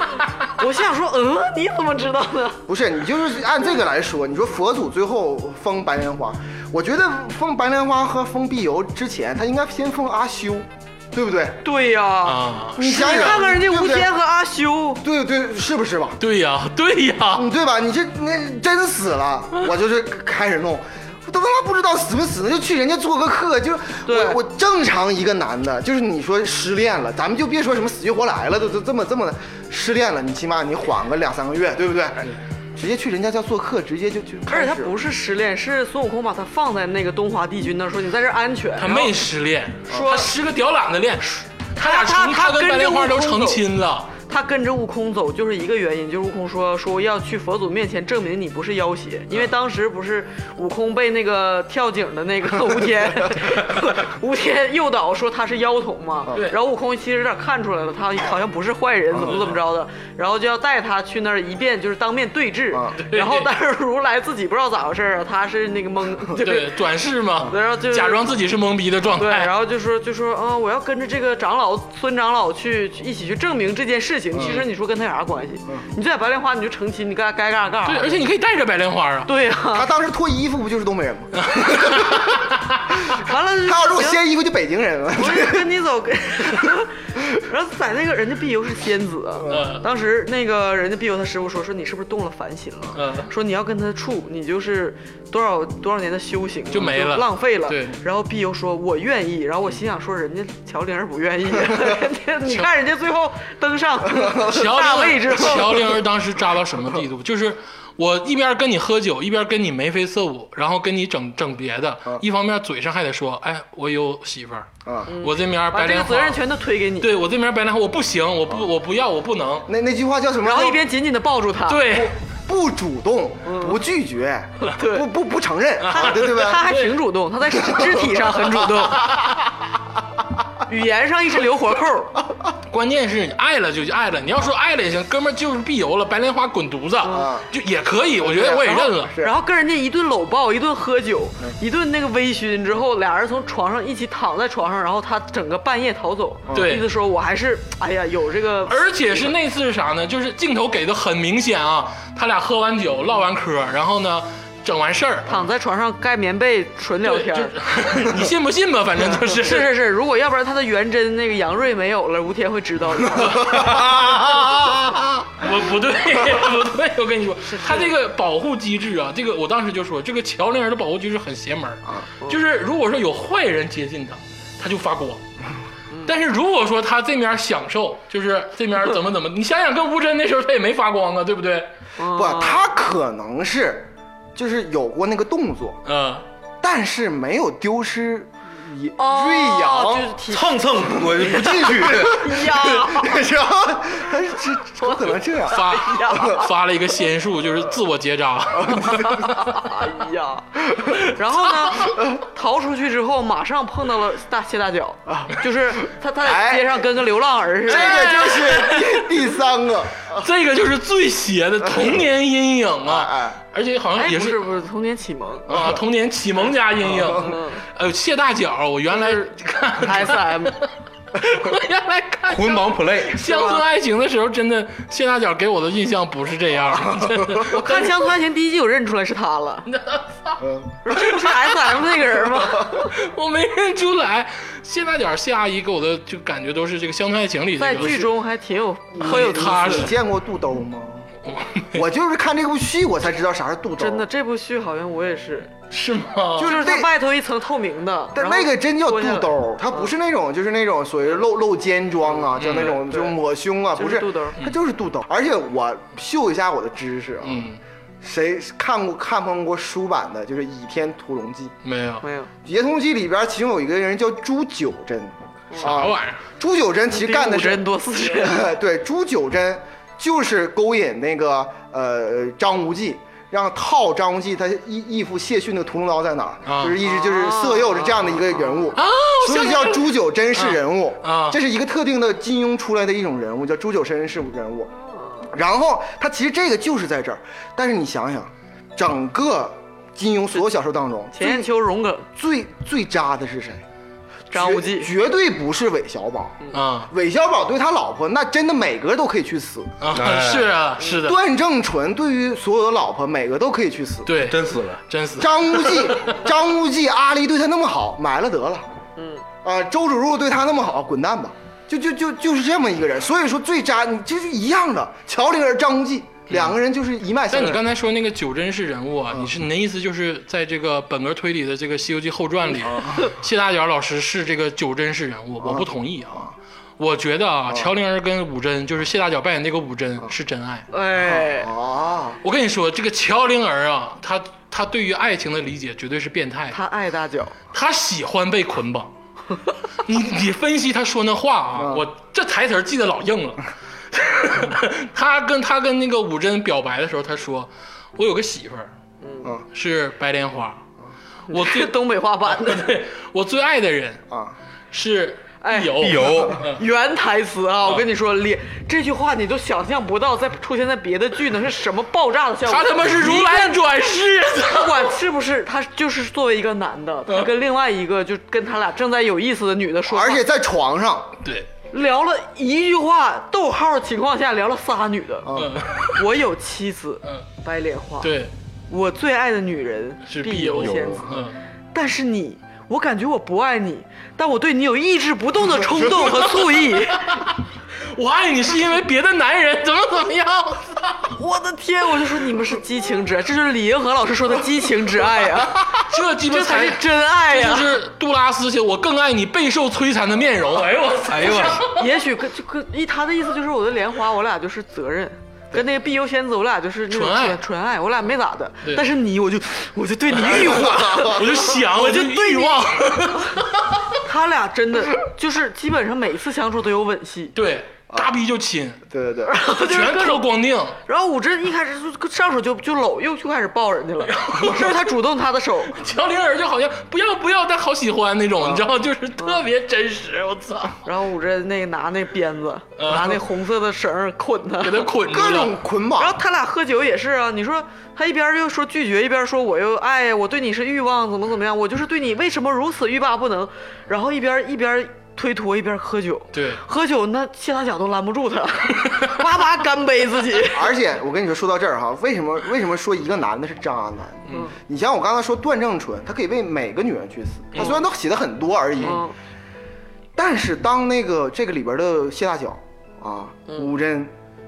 我心想说，嗯，你怎么知道呢？
不是你就是按这个来说，你说佛祖最后封白莲花，我觉得封白莲花和封碧游之前，他应该先封阿修，对不对？
对呀、
啊，
你想想，
看看人家
对
吴
不对
天和阿修，
对对，是不是吧？
对呀，对呀，
嗯，对吧？你这那真死了，我就是开始弄，我都他妈不知道死没死呢，就去人家做个客，就是
对
我我正常一个男的，就是你说失恋了，咱们就别说什么死去活来了，都都这么这么的失恋了，你起码你缓个两三个月，对不对？直接去人家家做客，直接就就
而
开
且
始。
他不是失恋，是孙悟空把他放在那个东华帝君那儿，说你在这儿安全。
他没失恋，
说
他失个屌懒的恋，他俩
他
成
他
跟
跟
白
着
莲花
悟
都
空
成
走
亲
(laughs)
了。
他跟着悟空走就是一个原因，就是悟空说说要去佛祖面前证明你不是妖邪，因为当时不是悟空被那个跳井的那个吴天，吴天诱导说他是妖童嘛，
对
然后悟空其实有点看出来了，他好像不是坏人，怎么怎么着的，然后就要带他去那儿一遍就是当面对质
啊，
对
然后但是如来自己不知道咋回事儿啊，他是那个 (laughs) 蒙，就是
对，转世嘛，
然后就是
假装自己是懵逼的状
对，
态。
然后就说就说啊、我要跟着这个长老孙长老去去一起去证明这件事情。其实你说跟他有啥关系？你就在白莲花你就成亲，你该该干啥干
对，
啥。
而且你可以带着白莲花啊。
对呀、
他当时脱衣服不就是东北人吗？
完了就
(laughs) 他要如果
行
掀衣服就北京人了。
不是跟你走， (laughs) 跟然后在那个人家碧游是仙子啊，
嗯
当时那个人家碧游他师傅说说你是不是动了凡心了？ (laughs)
嗯
说你要跟他处，你就是多少多少年的修行
就没了
浪费了。
对
然后碧游说我愿意，然后我心想说
(laughs)
人家乔玲儿不愿意，你看人家最后登上
乔
(laughs) 大
玲
位之
儿，
后，
乔玲儿当时渣到什么
(laughs)
地步？就是我一边跟你喝酒，一边跟你眉飞色舞，然后跟你整整别的，
嗯
一方面嘴上还得说，哎，我有媳妇儿，
啊，
我这面
把
白
嗯这个
莲
责
花
任，全都嗯推给你，
对我这面白莲花，我不行，我不，我不要，我不能。
那那句话叫什么？
然后一边紧紧的抱住他，。
对，
不主动，不拒绝，
嗯对
不不不承认，啊对对
(laughs) 他
吧？
还挺主动，他
(laughs)
在肢体上很主动，语言上一直留活扣。
关键是你爱了就爱了，你要说爱了也行，哥们儿就是必游了，白莲花滚犊子，就也可以，我觉啊得我也认了。
是
然后跟人家一顿搂抱，一顿喝酒，一顿那个微醺之后，俩人从床上一起躺在床上，然后他整个半夜逃走，
对
意思说我还是哎呀有这个，
而且是那次是啥呢？就是镜头给的很明显啊，他俩喝完酒唠完嗑，然后呢整完事儿，
躺在床上盖棉被纯聊天。
对就 (laughs) 你信不信吧？反正 (laughs) 就是
(laughs) 是是是，如果要不然他的原真那个杨瑞没有了，吴天会知道的。
(laughs)
我不对不对，我跟你说，他这个保护机制啊，这个我当时就说，这个乔玲儿的保护机制很邪门儿就是如果说有坏人接近他，他就发光。但是如果说他这面享受，就是这面怎么怎么，你想想跟吴真那时候他也没发光啊，对不对？
嗯
不，
哦
他可能是就是有过那个动作，
嗯，
但是没有丢失一
哦
瑞阳
就是提
蹭蹭我就不进去，
(laughs)
呀，
然后他是哎这怎么可能这样？
发发了一个仙术，就是自我结扎。
哎呀，然后呢，逃出去之后马上碰到了大谢大脚，就是他他在街上跟个流浪儿似
啊哎这
的。
个就是第第三个，
这个就是最邪的童年阴影啊
哎，
而且好像
哎，
也
不是
是
不是，童年启 (laughs) 蒙
啊，童年启蒙加阴影。哎呦，谢大脚，我原来看，
，S (laughs) M，
我原来看
捆绑 play。
乡村爱情的时候，真的谢大脚给我的印象不是这
(laughs)
样。真的
我看《乡村爱情》第一季，我认出来是他 (laughs) 了。
嗯
我说这不是 S M 那个 (laughs) 人吗？
我没认出来，谢大脚谢阿姨给我的就感觉都是这个乡村爱情里
在
的
剧中还挺 (laughs) 有很有
踏实
你见过肚兜
(laughs)
吗？我就是看这部剧，我才知道啥是肚兜。
真的，，这部剧好像我也是，
是吗？
就是
那
它外头一层透明的，
但
然后
那个真叫肚
脱下来嗯
兜，它不是那种就是那种所谓露露肩装啊，就那种就抹胸啊，
就是
不是
肚兜嗯
它就是肚兜。而且我秀一下我的知识啊，
嗯，
谁看过看不看过书版的，就是《倚天屠龙记》？
没有
没有，
《倚天屠龙记》里边其中有一个人叫朱九真，
啥玩意儿，
朱九真其实干的
第五
是
针多四针，
(laughs) 对，朱九真就是勾引那个呃张无忌，让套张无忌他义义父谢逊的屠龙刀在哪儿，
啊
就是一直就是色诱是这样的一个人物。所以叫朱九真是人物
啊啊
这是一个特定的金庸出来的一种人物，叫朱九真是人物。然后他其实这个就是在这儿，但是你想想，整个金庸所有小说当中，
钱雁秋、荣梗、
最最渣的是谁？
张无忌
绝绝对不是韦小宝。
啊
韦小宝对他老婆那真的每个都可以去死，
哎
啊！是啊，是的，
段正淳对于所有的老婆每个都可以去死，
对，
(laughs) 真死了， (laughs)
真死，
张无
(laughs)
忌，张无忌，阿离对他那么好，埋了得了，嗯，啊，周芷若对他那么好，滚蛋吧，就就就就是这么一个人，所以说最渣，你这是一样的，乔玲儿、张无忌两个人就是一脉相
但你
承。
刚才说那个九真是人物啊，你是你的意思就是在这个本格推理的这个《西游记后传》里，
哦
(laughs) 谢大脚老师是这个九真是人物，我不同意啊。我觉得
哦
啊，乔灵儿跟武真，就是谢大脚扮演那个武真是真爱。
哎，
啊，
我跟你说，这个乔灵儿啊，她她对于爱情的理解绝对是变态的，
他爱大脚，
她喜欢被捆 (laughs) 绑。你你分析她说那话啊，我这台词儿记得老硬了。 (laughs) 她跟她跟那个武真表白的时候，她说：“我有个媳妇儿，
嗯，
是白莲花，我
这
最 (laughs)
东北话版
(laughs)
的
对我最爱的人
啊
是
哎
友，
必有。
原台词啊！我跟你说，连这句话你都想象不到，再出现在别的剧呢，是什么爆炸的效果？
他他妈是如来转世。”
不管是不是，他就是作为一个男的，
啊
他跟另外一个就跟他俩正在有意思的女的说话，
而且在床上，
对，
聊了一句话逗号情况下聊了仨女的，
啊
哦
我有妻子，白莲花，
嗯对，
我最爱的女人
是
必
有
仙子，
嗯，
但是你，我感觉我不爱你，但我对你有抑制不动的冲动和醋意。
(laughs)
我爱你是因为别的男人怎么怎么样。
我的天，我就说你们是激情之爱，这就是李银河老师说的激情之爱
(laughs)
呀、
这鸡巴
这才
才
是真爱哎啊呀、
就是杜拉斯写我更爱你备受摧残的面容。哎呦我操！
哎呦 (laughs) 我，
(laughs) 也许跟就跟一他的意思就是我的莲花，我俩就是责任。跟那个碧游仙子，我俩就是那种
纯爱
纯爱，我俩没咋的
对。
但是你，我就我就对你
(laughs)
欲火，
我就想，我就欲望。
他俩真的就是基本上每次相处都有吻戏，
对， (laughs) 大逼就亲，(laughs)
对对对，
就是
全
各
脱
种。
光腚。
然后武真一开始就上手就就搂，又就开始抱人家了，
哎
是他主动他的手，
乔玲儿就好像不要不要，但好喜欢那种，你知道，就是特别真实。我操，
然后武真那个拿那鞭子，拿那红色的绳儿捆他
嗯给。他捆住
各种
了。
捆
然后
绑，
他俩喝酒也是啊，你说他一边又说拒绝，一边说我又爱我对你是欲望怎么怎么样，我就是对你为什么如此欲罢不能，然后一边一边推脱一边喝酒，
对
喝酒那谢大脚都拦不
(laughs)
住他，叭叭干杯自己，
而且我跟你说，说到这儿哈，为什么为什么说一个男的是渣男？嗯，你像我刚才说段正淳，他可以为每个女人去死，他虽然都写的很多而已，
嗯，
但是当那个这个里边的谢大脚啊，
嗯
吴真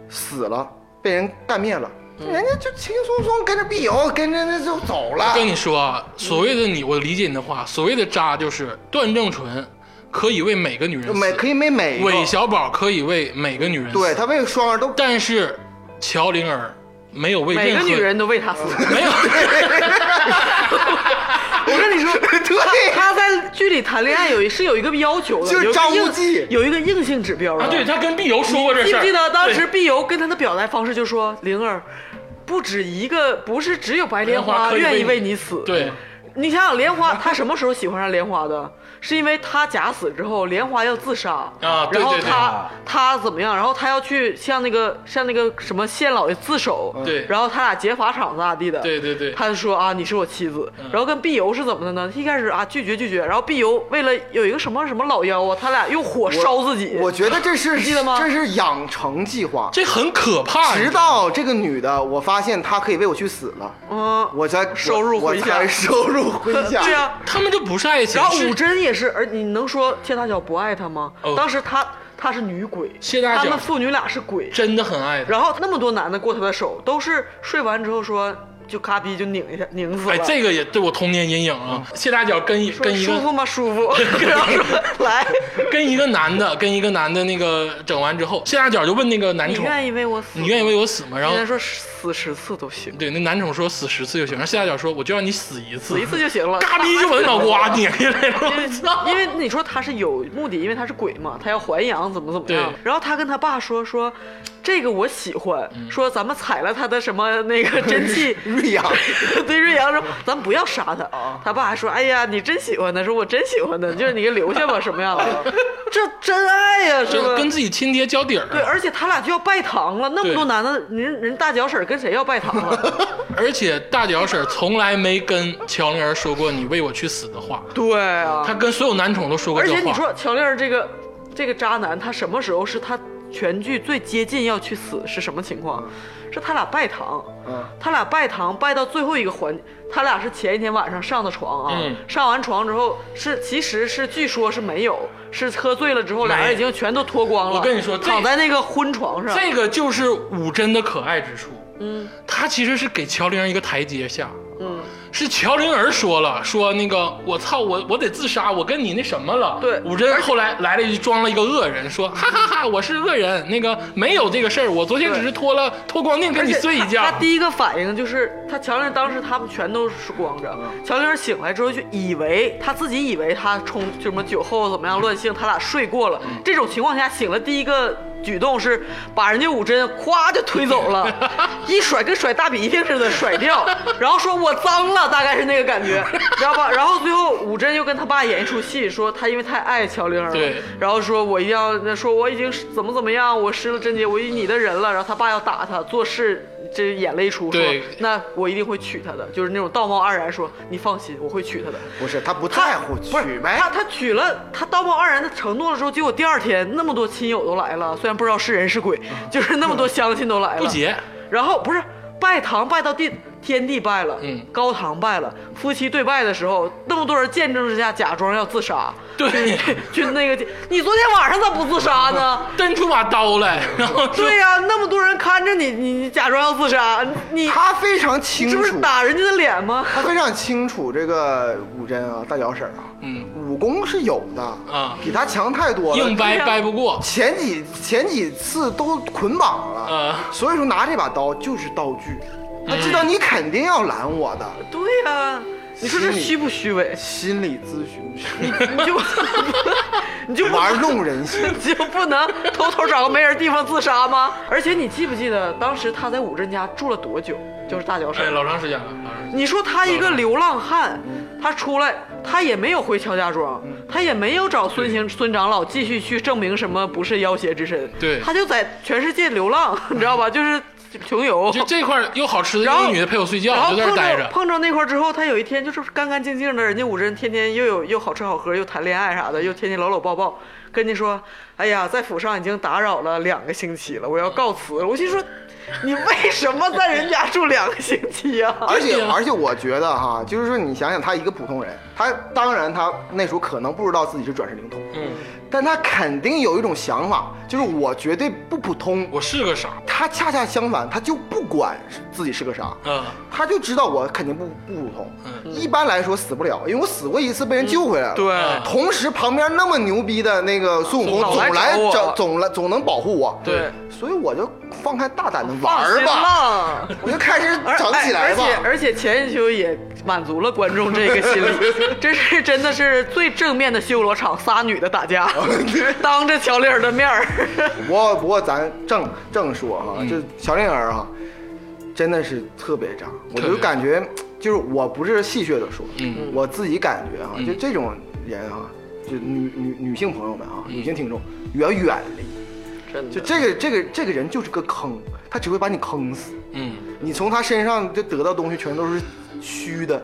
死了，被人干灭了，
嗯
人家就轻轻松松跟着碧瑶跟着那就走了。
跟你说啊，所谓的你，我理解你的话，所谓的渣就是段正淳可以为每个女人
每
死，
可以每每一
韦
个，
小宝可以为每个女人死，
对他为双儿都
但是乔灵儿没有为
每
任
个
何
女人都为他死。
没有
我跟你说，
(laughs)
(laughs)
对
他在剧里谈恋爱有一是有一个要求的，
就是
有一个
张无
硬
忌
有一个硬性指标的
(laughs) 啊，对他跟碧柔说过这
记
事儿，
不记得当时
对
碧游跟他的表达方式就说：“灵儿，不止一个，不是只有白莲
莲花
花
可以为
愿意
你
为你死。”
对，
你想想莲花，他什么时候喜欢上莲花的？是因为他假死之后，莲花要自杀
啊对
然后
对对
他他怎么样？然后他要去向那个向那个什么县老爷自首，
对
然后他俩劫法场咋咋地的，
对对嗯对
他就说啊，你是我妻子。然后跟碧游是怎么的呢？一开始啊拒绝拒绝，然后碧游为了有一个什么什么老妖啊，他俩用火烧自己。
我觉得这是
记得吗
这是养成计划。
这很可怕。
直到这个女的，我发现她可以为我去死了，
嗯，
我才
收入
我
麾下
才收入麾下。，
(laughs) 对啊呀、
他们这不是爱情
然，后
是
武贞也是，而你能说谢大脚不爱她吗？
哦
当时她她是女鬼，
谢大脚
他们父女俩是鬼。
真的很爱的。
然后那么多男的过她的手，都是睡完之后说就咔逼就拧一下，拧死了。嗯
哎，这个也对我童年阴影啊！谢大脚跟一
说
跟一
舒服
个
吗？舒 (laughs) 服。然后说来，
跟一个男的跟一个男的那个整完之后，谢大脚就问那个男
(laughs) 你
宠，
愿意为我死？
你愿意为我死吗？然后
人家说死十次都行，
对那男宠说死十次就行，然后谢大脚说我就让你死一次，
(laughs) 死一次就 (laughs) 行了。
嘎逼就把脑瓜拧下来
(laughs)
了，
因为
我操！
因为你说他是有目的，因为他是鬼嘛，他要还阳，怎么怎么样
对。
然后他跟他爸说说，这个我喜欢，说咱们采了他的什么那个真气
瑞阳，
对瑞阳说，咱们不要杀他。他爸还说，哎呀，你真喜欢他，说我真喜欢他，就是你给留下吧，什么样的？这真爱呀、是
这
吧？
跟自己亲爹交底儿。
对，而且他俩就要拜堂了，那么
对
多男的，人人大脚婶儿跟谁要拜堂了？
(laughs) 而且大脚婶从来没跟乔灵儿说过你为我去死的话，
对啊，
她跟所有男宠都说过
而
这
且你
话。
说乔令儿这个这个渣男，他什么时候是他全剧最接近要去死是什么情况？
嗯
是他俩拜堂，
嗯
他俩拜堂拜到最后一个环节，他俩是前一天晚上上的床啊，
嗯
上完床之后是其实是据说是没有，是喝醉了之后俩人已经全都脱光了。
我跟你说这
躺在那个昏床上，
这个就是武贞的可爱之处，嗯，她其实是给乔灵儿一个台阶下，
嗯，
是乔灵儿说了，说那个我操，我我得自杀，我跟你那什么了。
对
武贞后来来了一句，装了一个恶人，说 (laughs) 哈哈哈我是恶人，那个没有这个事儿，我昨天只是脱了脱光腚
而
跟你
且
睡一觉
他。他第一个反应就是，他乔玲当时他们全都是光着，乔玲醒来之后就以为他自己以为他冲就什么酒后怎么样乱性，他俩睡过了。
嗯
这种情况下醒了，第一个举动是把人家武贞咵就推
(laughs)
走了，一甩跟甩大鼻涕似的甩掉，然后说我脏了，大概是那个感觉，知道吧？然后最后武贞又跟他爸演一出戏，说他因为太爱乔玲了，
对
然后说我一定要说我已经是怎么怎么样，我失了贞洁，我以你的人了。然后他爸要打他，做事这演了一出，说
对
那我一定会娶她的，就是那种道貌岸然说你放心，我会娶她的。
不是她不
他
在乎，
不
娶
是
呗
他，。他娶了，他道貌岸然的承诺了之后，结果第二天那么多亲友都来了，虽然不知道是人是鬼，就是那么多乡亲都来了，
不结，
然后不是拜堂拜到地天地拜了，
嗯
高堂拜了，夫妻对拜的时候，那么多人见证之下，假装要自杀，
对
去去那个，你昨天晚上咋不自杀呢？
(laughs)
伸出把刀来，然后说
对呀、那么多人看着你，你你假装要自杀，你
她非常
你
清
是
楚
不，是打人家的脸吗？
她非常清楚这个武贞啊，大脚婶儿啊，
嗯，
武功是有的
啊
比她强太多了。
硬掰
对呀
掰不过。
前几前几次都捆绑了，
啊
所以说拿这把刀就是道具。他知道你肯定要拦我的，
(laughs) 对呀、你说这
心里
虚不虚伪？
(laughs) 心理咨询
(laughs)
师
你就你就不 (laughs)
玩弄人心。
就不能偷偷找个没人地方自杀吗？而且你记不记得当时他在武镇家住了多久？就是大脚
哎，
婶。
老长时间了，老长时间了
你说他一个流浪汉，他出来，他也没有回乔家庄，
嗯
他也没有找孙行孙长老继续去证明什么不是要挟之身，
对
他就在全世界流浪， (laughs) 你知道吧？就是穷游。
就这块儿又好吃的，
然
又
后
有女的陪我睡觉，
然
我
后
就在这儿
碰
待
着
着。
碰着那块儿之后，他有一天就是干干净净的，人家五真天天又有又好吃好喝，又谈恋爱啥的，又天天搂搂抱抱，跟你说，哎呀，在府上已经打扰了两个星期了，我要告辞了。我心说，你为什么在人家住两个星期呀、
而且
对呀
而且，我觉得哈，就是说，你想想，他一个普通人，他当然他那时候可能不知道自己是转世灵童，
嗯，
但他肯定有一种想法，就是我绝对不普通。
我是个傻，
他恰恰相反，他就不管自己是个啥，
嗯，
他就知道我肯定不不普通。
嗯
一般来说死不了，因为我死过一次被人救回来了。
对
嗯
同时旁边那么牛逼的那个孙悟空
老
总
来
来
找我
找总来总能保护我，
对
所以我就放开大胆的玩儿吧，
吧。
(laughs) 我就开始
而
整起来吧。
哎而且而且前一秋也满足了观众这个心理，
(laughs)
这是真的是最正面的修罗场，仨女的打架，
哦
(laughs) 当着乔丽儿的
(laughs)
面儿。
不过不过咱正正说哈，这小玲儿哈，真的是特别渣，我
特
就
别
感觉就是我不是戏谑的说，
嗯
我自己感觉哈，就这种人哈，就女女女性朋友们啊，女性听众远远离，
真
就
的，
这个这个这个人就是个坑，他只会把你坑死，
嗯，
你从他身上就得到东西全都是虚的，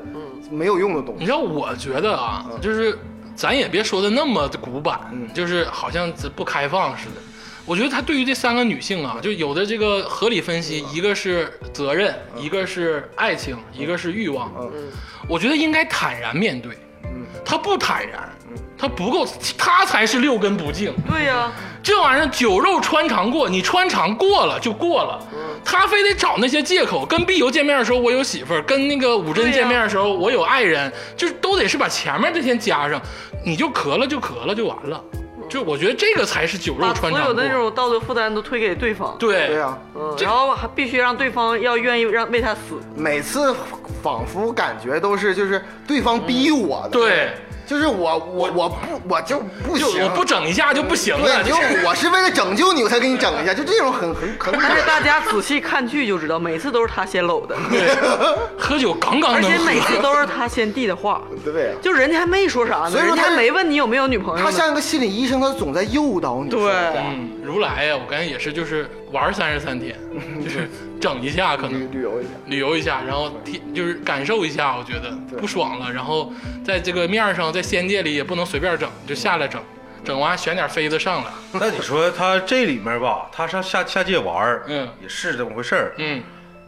没有用的东
你
西。嗯
知道，我觉得啊，就是咱也别说的那么古板，就是好像这不开放似的。我觉得他对于这三个女性
嗯
啊，就有的这个合理分析，一个是责任，
嗯
一个是爱情，一个是欲望。我觉得应该坦然面对。
嗯
他不坦然，他不够，他才是六根不净。
对呀、
这玩意儿酒肉穿肠过，你穿肠过了就过了。
嗯
他非得找那些借口，跟碧游见面的时候我有媳妇儿，跟那个武贞
对呀
见面的时候我有爱人，就是都得是把前面这些加上，你就咳了就咳了就完了。就我觉得这个才是酒肉
嗯把
穿
所
肠过
有的。那种道德负担都推给对方。
对
对啊，
嗯，
这
然后还必须让对方要愿意让为他死，
每次仿佛感觉都是就是对方逼我的，
对，
就是我我我不我就不
就
行，
我不整一下就不行了。
对，就我是为了拯救你，我才给你整一下，就这种很很很
但是大家仔细看剧就知道，每次都是他先
(laughs)
搂的，
对，喝酒杠杠
而且
能
每次
喝。
都是他先递的话，
对啊。
就人家还没说啥呢，
所以说
人
他
家还没问你有没有女朋友
他
呢。
像一个心理医生，他总在诱导你。
对，
嗯，如来呀，我感觉也是，就是玩三十三
(laughs)
天，就是整一下可能
旅旅游一下，
旅游一下，然后体就是感受一下，我觉得不爽了，然后在这个面儿上，在仙界里也不能随便整，就下来整，整完选点妃子上来，
(laughs) 那你说他这里面吧，他上下下界玩儿，
嗯
也是这么回事儿。
嗯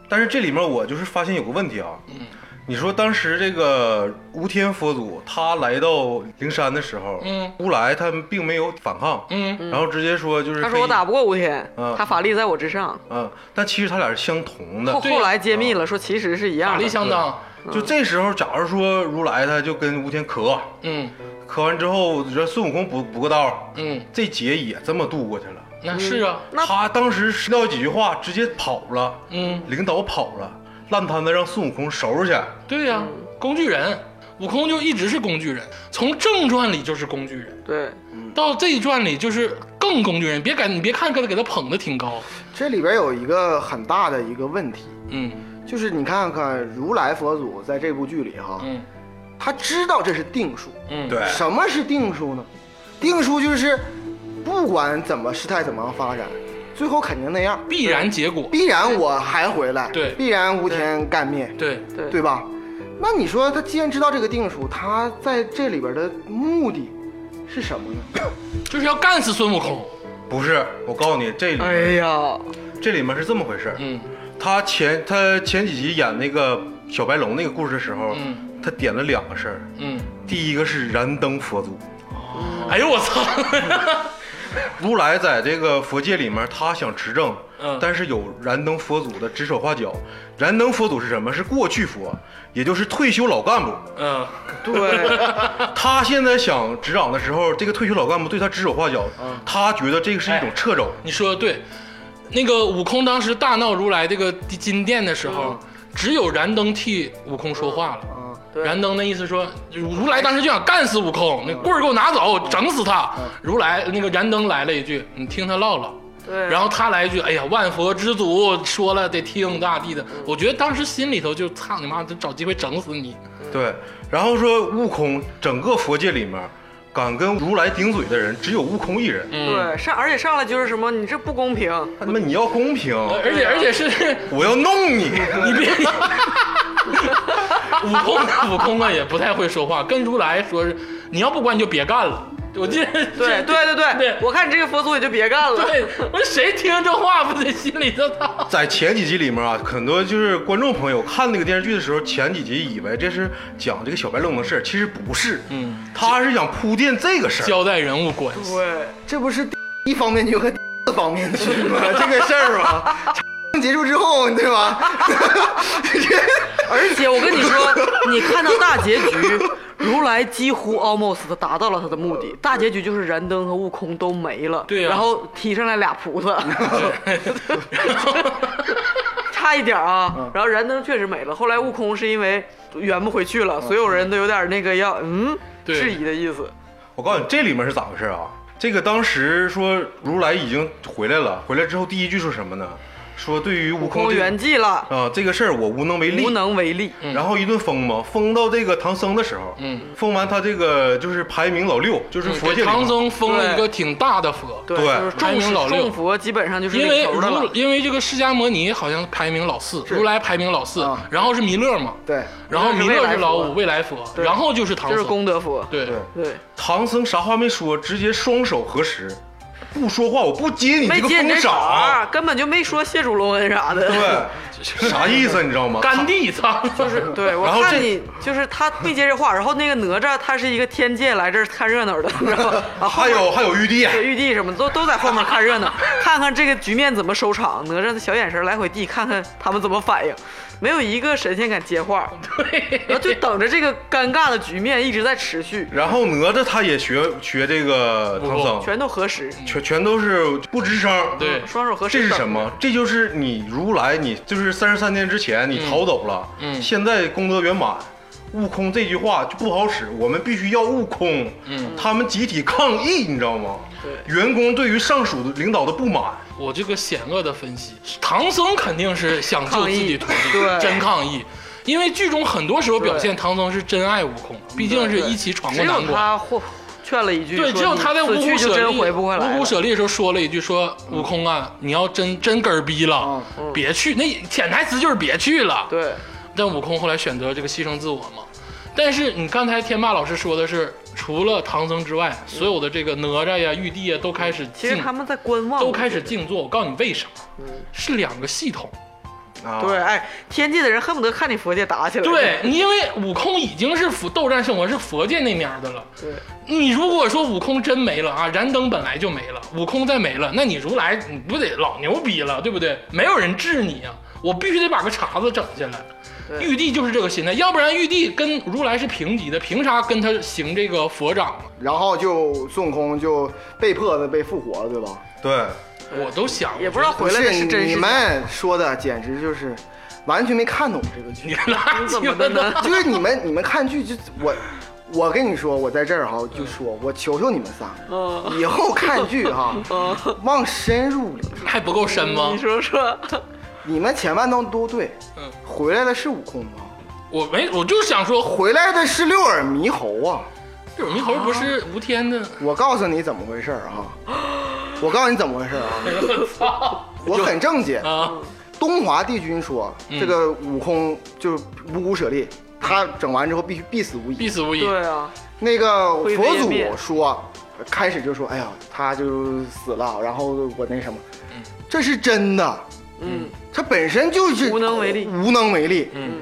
但是这里面我就是发现有个问题啊，嗯，你说当时这个无天佛祖他来到灵山的时候，
嗯，
乌来他们并没有反抗，
嗯，
然后直接说就是
他说我打不过吴天
嗯，
他法力在我之上。
嗯，但其实他俩是相同的
后，
对呀嗯
后来揭秘了，说其实是一
法
样
力
的。
相当，
嗯
就这时候，假如说如来他就跟吴天磕，
嗯
磕完之后，你说孙悟空补补个刀，
嗯，
这劫也这么渡过去了。
嗯
那是啊，
那
他当时拾到几句话，直接跑了，
嗯，
领导跑了，烂摊子让孙悟空收拾去。
对呀、
嗯
工具人，悟空就一直是工具人，从正传里就是工具人，
对，
嗯
到这一传里就是更工具人，别感你别看给他给他捧的挺高，
这里边有一个很大的一个问题，
嗯
就是你看看如来佛祖在这部剧里哈，
嗯
他知道这是定数。
嗯，
对，
什么是定数呢？定数就是不管怎么事态怎么样发展，最后肯定那样，
必然结果，
必然我还回来，
对
必然无天干灭，
对，
对
对吧？那你说他既然知道这个定数，他在这里边的目的是什么呢？
就是要干死孙悟空，
不是，我告诉你，这里面、
哎呀，
这里面是这么回事。
嗯
他前他前几集演那个小白龙那个故事的时候，
嗯
他点了两个事儿，
嗯，
第一个是燃灯佛祖，
哎呦我操，
如来在这个佛界里面，他想执政，
嗯
但是有燃灯佛祖的指手画脚。燃灯佛祖是什么？是过去佛，也就是退休老干部。
嗯。 (laughs)
对，
他现在想执掌的时候，这个退休老干部对他指手画脚，
嗯
他觉得这个是一种掣肘。
你说的对，那个悟空当时大闹如来这个金殿的时候，只有燃灯替悟空说话了。
啊，
对
燃灯的意思说，如来当时就想干死悟空，那棍儿给我拿走，整死他。如来那个燃灯来了一句：“你听他唠唠。”
对
然后他来一句：“哎呀，万佛之祖说了得听大地的。”我觉得当时心里头就操你妈，就找机会整死你。
对，然后说悟空，整个佛界里面，敢跟如来顶嘴的人只有悟空一人。
嗯
对上，而且上来就是什么，你这不公平，
他他妈你要公平，
而且而且是
我要弄你。
呃
(laughs)
你别，悟空悟空啊也不太会说话，跟如来说是你要不管你就别干了。我记得
对对对对
对
我看你这个佛祖也就别干了，
对，我说谁听这话不得心里头操？
在前几集里面啊，很多就是观众朋友看那个电视剧的时候，前几集以为这是讲这个小白龙的事儿，其实不是，
嗯，
他是想铺垫这个事儿。
交代人物关系，
对
(laughs) 这不是一方面军和四方面军吗？ (laughs) 这个事儿吧，结束之后，对吧？
而且我跟你说，你看到大结局，如来几乎 almost 达到了他的目的，大结局就是燃灯和悟空都没了，
对呀啊
然后提上来俩菩萨， (laughs) 差一点
嗯
啊，然后燃灯确实没了，后来悟空是因为圆不回去了，所有人都有点那个要嗯
嗯对
质疑的意思，
我告诉你，这里面是咋回事啊？这个当时说如来已经回来了，回来之后第一句说什么呢？说对于悟
悟
空
空
这
圆
个
寂了，
啊这个事儿我无能为
嗯
力，
无能为力，
然后一顿封嘛，封到这个唐僧的时候，
嗯，
封完他这个就是排名老六，就是佛界
给
里面
唐僧封了一个挺大的佛，
对，
对
就是众
排名老
使
六
众佛基本上就是
因为
领头的
如
了，
因为这个释迦摩尼好像排名老四，如来排名老四
啊，
然后是弥勒嘛，
(laughs) 对，
然后弥勒是老五，
未
未来佛，然后就是唐
就是
僧，
功德佛，
对
对
对，
唐僧啥话没说，直接双手合十，不说话，我不接你
没
这个
接你
封
这茬
赏，
儿，根本就没说谢主隆恩啥的。
(laughs)
对，啥意思你知道吗？
甘地藏，
就是对我
然后
看
这
你，就是他没接这话，然后那个哪吒他是一个天界来这儿看热闹的，然后啊，后
还
面
有还有玉帝，
对玉帝什么都都在后面看
(laughs)
热闹，看看这个局面怎么收场。哪吒的小眼神来回递，看看他们怎么反应，没有一个神仙敢接话，然后就等着这个尴尬的局面一直在持续，
然后哪吒他也学学这个唐
不
僧，
全都核实，
全全都是不吱声，
对
双手合十。
这是什？么？这就是你如来，你就是三十三天之前你逃走了，
嗯
现在功德圆满。悟空这句话就不好使，我们必须要悟空。嗯，他们集体抗议，你知道吗？
对
员工对于上属领导的不满，
我这个险恶的分析，唐僧肯定是想救自己徒弟，
抗议对
真抗议。因为剧中很多时候表现唐僧是真爱悟空，毕竟是一起闯
只
过
有
难关。
他或劝了一句，
对，
说
只有
你
他在
此
五
去
虎
就
舍
真
利
回不过来了。嗯
五虎舍利的时候说了一句说：“悟空啊，你要真真根儿逼了，别去。”那潜台词就是别去了。
对，
但悟空后来选择这个牺牲自我嘛。但是你刚才天霸老师说的是，除了唐僧之外，所有的这个哪吒呀、玉帝呀都开始
其实
静，
他们在观望，
都开始静坐。我告诉你为什么，
嗯
是两个系统。
啊，
对，，哎，天界的人恨不得看你佛界打起来。
对，你因为悟空已经是佛斗战胜佛是佛界那面的了。
对，
你如果说悟空真没了啊，燃灯本来就没了，悟空再没了，那你如来你不得老牛逼了，对不对？没有人治你啊，我必须得把个茬子整下来。玉帝就是这个心态，要不然玉帝跟如来是平级的，凭啥跟他行这个佛掌啊？
然后就孙悟空就被迫的被复活了，对吧？
对，
我都想 (laughs)
也不知道
不
回来
是
的是真
你
是假
们说的，简直就是完全没看懂这个剧。
你拉
怎么
(laughs)
的呢？
就是你们你们看剧就我。我跟你说，我在这儿哈就说，
嗯
我求求你们仨，以后看剧哈，
(laughs) 嗯
往深入里看。
还不够深吗
你？
(laughs)
说说，
你们前半段都对，
嗯
回来的是悟空吗？
我没，我就想说，
回来的是六耳猕猴啊！
这猕猴不是吴天
(laughs)
的，
我告诉你怎么回事儿
(laughs)
啊！我告诉你怎么回事儿啊！我很正经。
啊，
东华帝君说，
嗯
这个悟空就是五骨舍利，他整完之后必须必死无疑
必。死无疑。
对啊，
那个佛
灰飞烟灭
祖说，开始就说，哎呀，他就死了，然后我那什么，这是真的，
嗯，
他本身就是
无能为力
无能为力。
嗯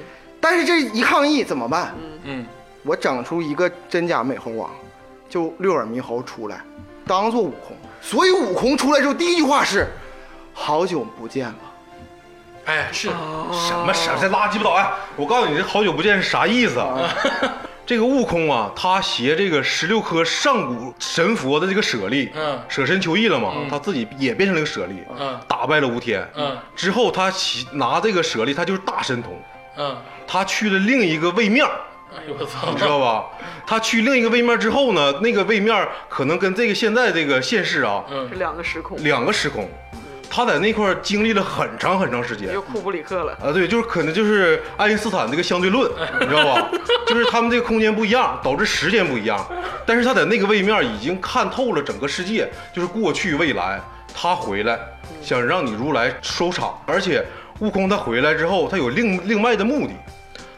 但是这一抗议怎么办？
嗯，
我整出一个真假美猴王，就六耳猕猴出来，当做悟空。所以悟空出来之后，第一句话是：好久不见了。
哎，是
啊
什么什么这垃圾不倒哎！我告诉你，这好久不见是啥意思啊？这个悟空啊，他携这个十六颗上古神佛的这个舍利，
嗯
舍身求义了嘛，他自己也变成了个舍利，
嗯
打败了吴天，
嗯
之后他骑拿这个舍利，他就是大神通，
嗯，
他去了另一个位面儿，
哎呦我操
你！知道吧？他去另一个位面之后呢，那个位面儿可能跟这个现在这个现世啊，
嗯
是两个时空，
两个时空，他在那块儿经历了很长很长时间，
又库布里克了。
啊，对，就是可能就是爱因斯坦这个相对论，你知道吧？ (laughs) 就是他们这个空间不一样，导致时间不一样。但是他在那个位面已经看透了整个世界，就是过去未来。他回来想让你如来收场，而且悟空他回来之后，他有另另外的目的。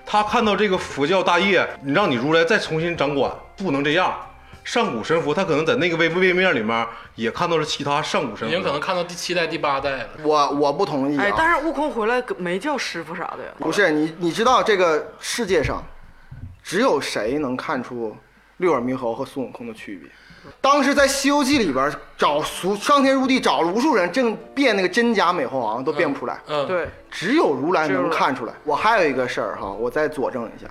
他看到这个佛教大业，你让你如来再重新掌管，不能这样。上古神佛他可能在那个位位面里面也看到了其他上古神
已
佛，
经可能看到第七代、第八代了。
我我不同意啊！
哎，但是悟空回来没叫师傅啥的呀？
不是你，你知道这个世界上，只有谁能看出六耳猕猴和孙悟空的区别？当时在《西游记》里边找俗上天入地找了无数人，正变那个真假美猴王都变不出来，
嗯，
对，
只有如来
只有
能
如来
看出来。我还有一个事儿哈，我再佐证一下。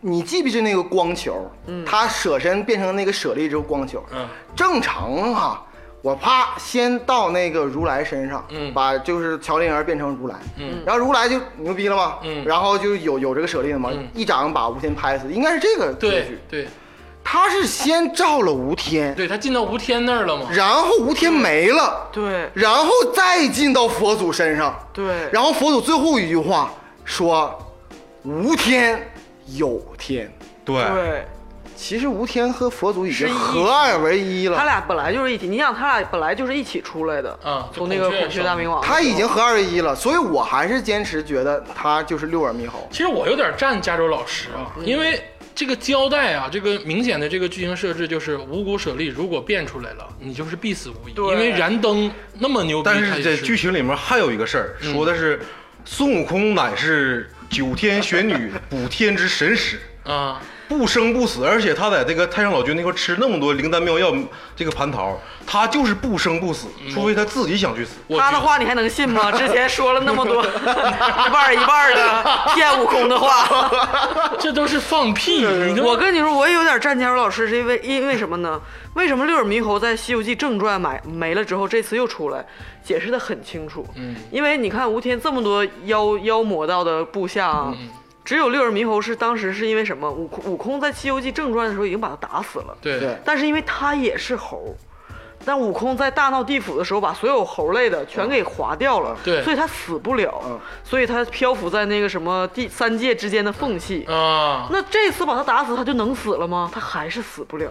你记不记那个光球？他舍身变成那个舍利之后光球，
嗯
正常哈、我啪先到那个如来身上，
嗯
把就是乔灵儿变成如来，
嗯，
然后如来就牛逼了嘛，
嗯
然后就有有这个舍利了嘛，
嗯
一掌把吴天拍死，应该是这个结
对
局。
对
他是先照了吴天，
对，他进到吴天那儿了嘛？
然后吴天没了，
对
然后再进到佛祖身上，
对，
然后佛祖最后一句话说：“无天有天。
对，
对，”
其实吴天和佛祖已经
是一
合二为一
他
了，
俩本来就是一体，你想他俩本来就是一起出来的
啊
从那个
就孔雀
孔雀大明王，
他已经合二为一了，所以我还是坚持觉得他就是六耳猕猴。
其实我有点站加州老师啊，
嗯
因为这个交代啊，这个明显的这个剧情设置就是五谷舍利如果变出来了，你就是必死无疑，
对
因为燃灯那么牛逼，
但
他
是
也
在
是
剧情里面还有一个事儿，说的是孙悟空乃是九天玄 (laughs) 女补天之神使。
啊，
不生不死，而且他在这个太上老君那块吃那么多灵丹妙药，这个蟠桃，他就是不生不死，除非他自己想去死。
我
他的
觉得
话你还能信吗？之前说了那
(laughs)
么多 (laughs) 一半儿一半儿的骗悟空的话，
这都是放屁，你都
(laughs) 我跟你说，我也有点站加入老师，是因为因为什么呢？为什么六耳猕猴在《西游记正传》买没了之后，这次又出来，解释的很清楚。嗯，因为你看吴天这么多妖妖魔道的部下啊，
嗯
只有六耳猕猴是当时是因为什么？悟空悟空在《西游记正传》的时候已经把他打死了，
对
对
但是因为他也是猴。但悟空在大闹地府的时候，把所有猴类的全给划掉了，
对嗯
所以他死不了，所以他漂浮在那个什么第三界之间的缝隙，
啊，
那这次把他打死，他就能死了吗？他还是死不了。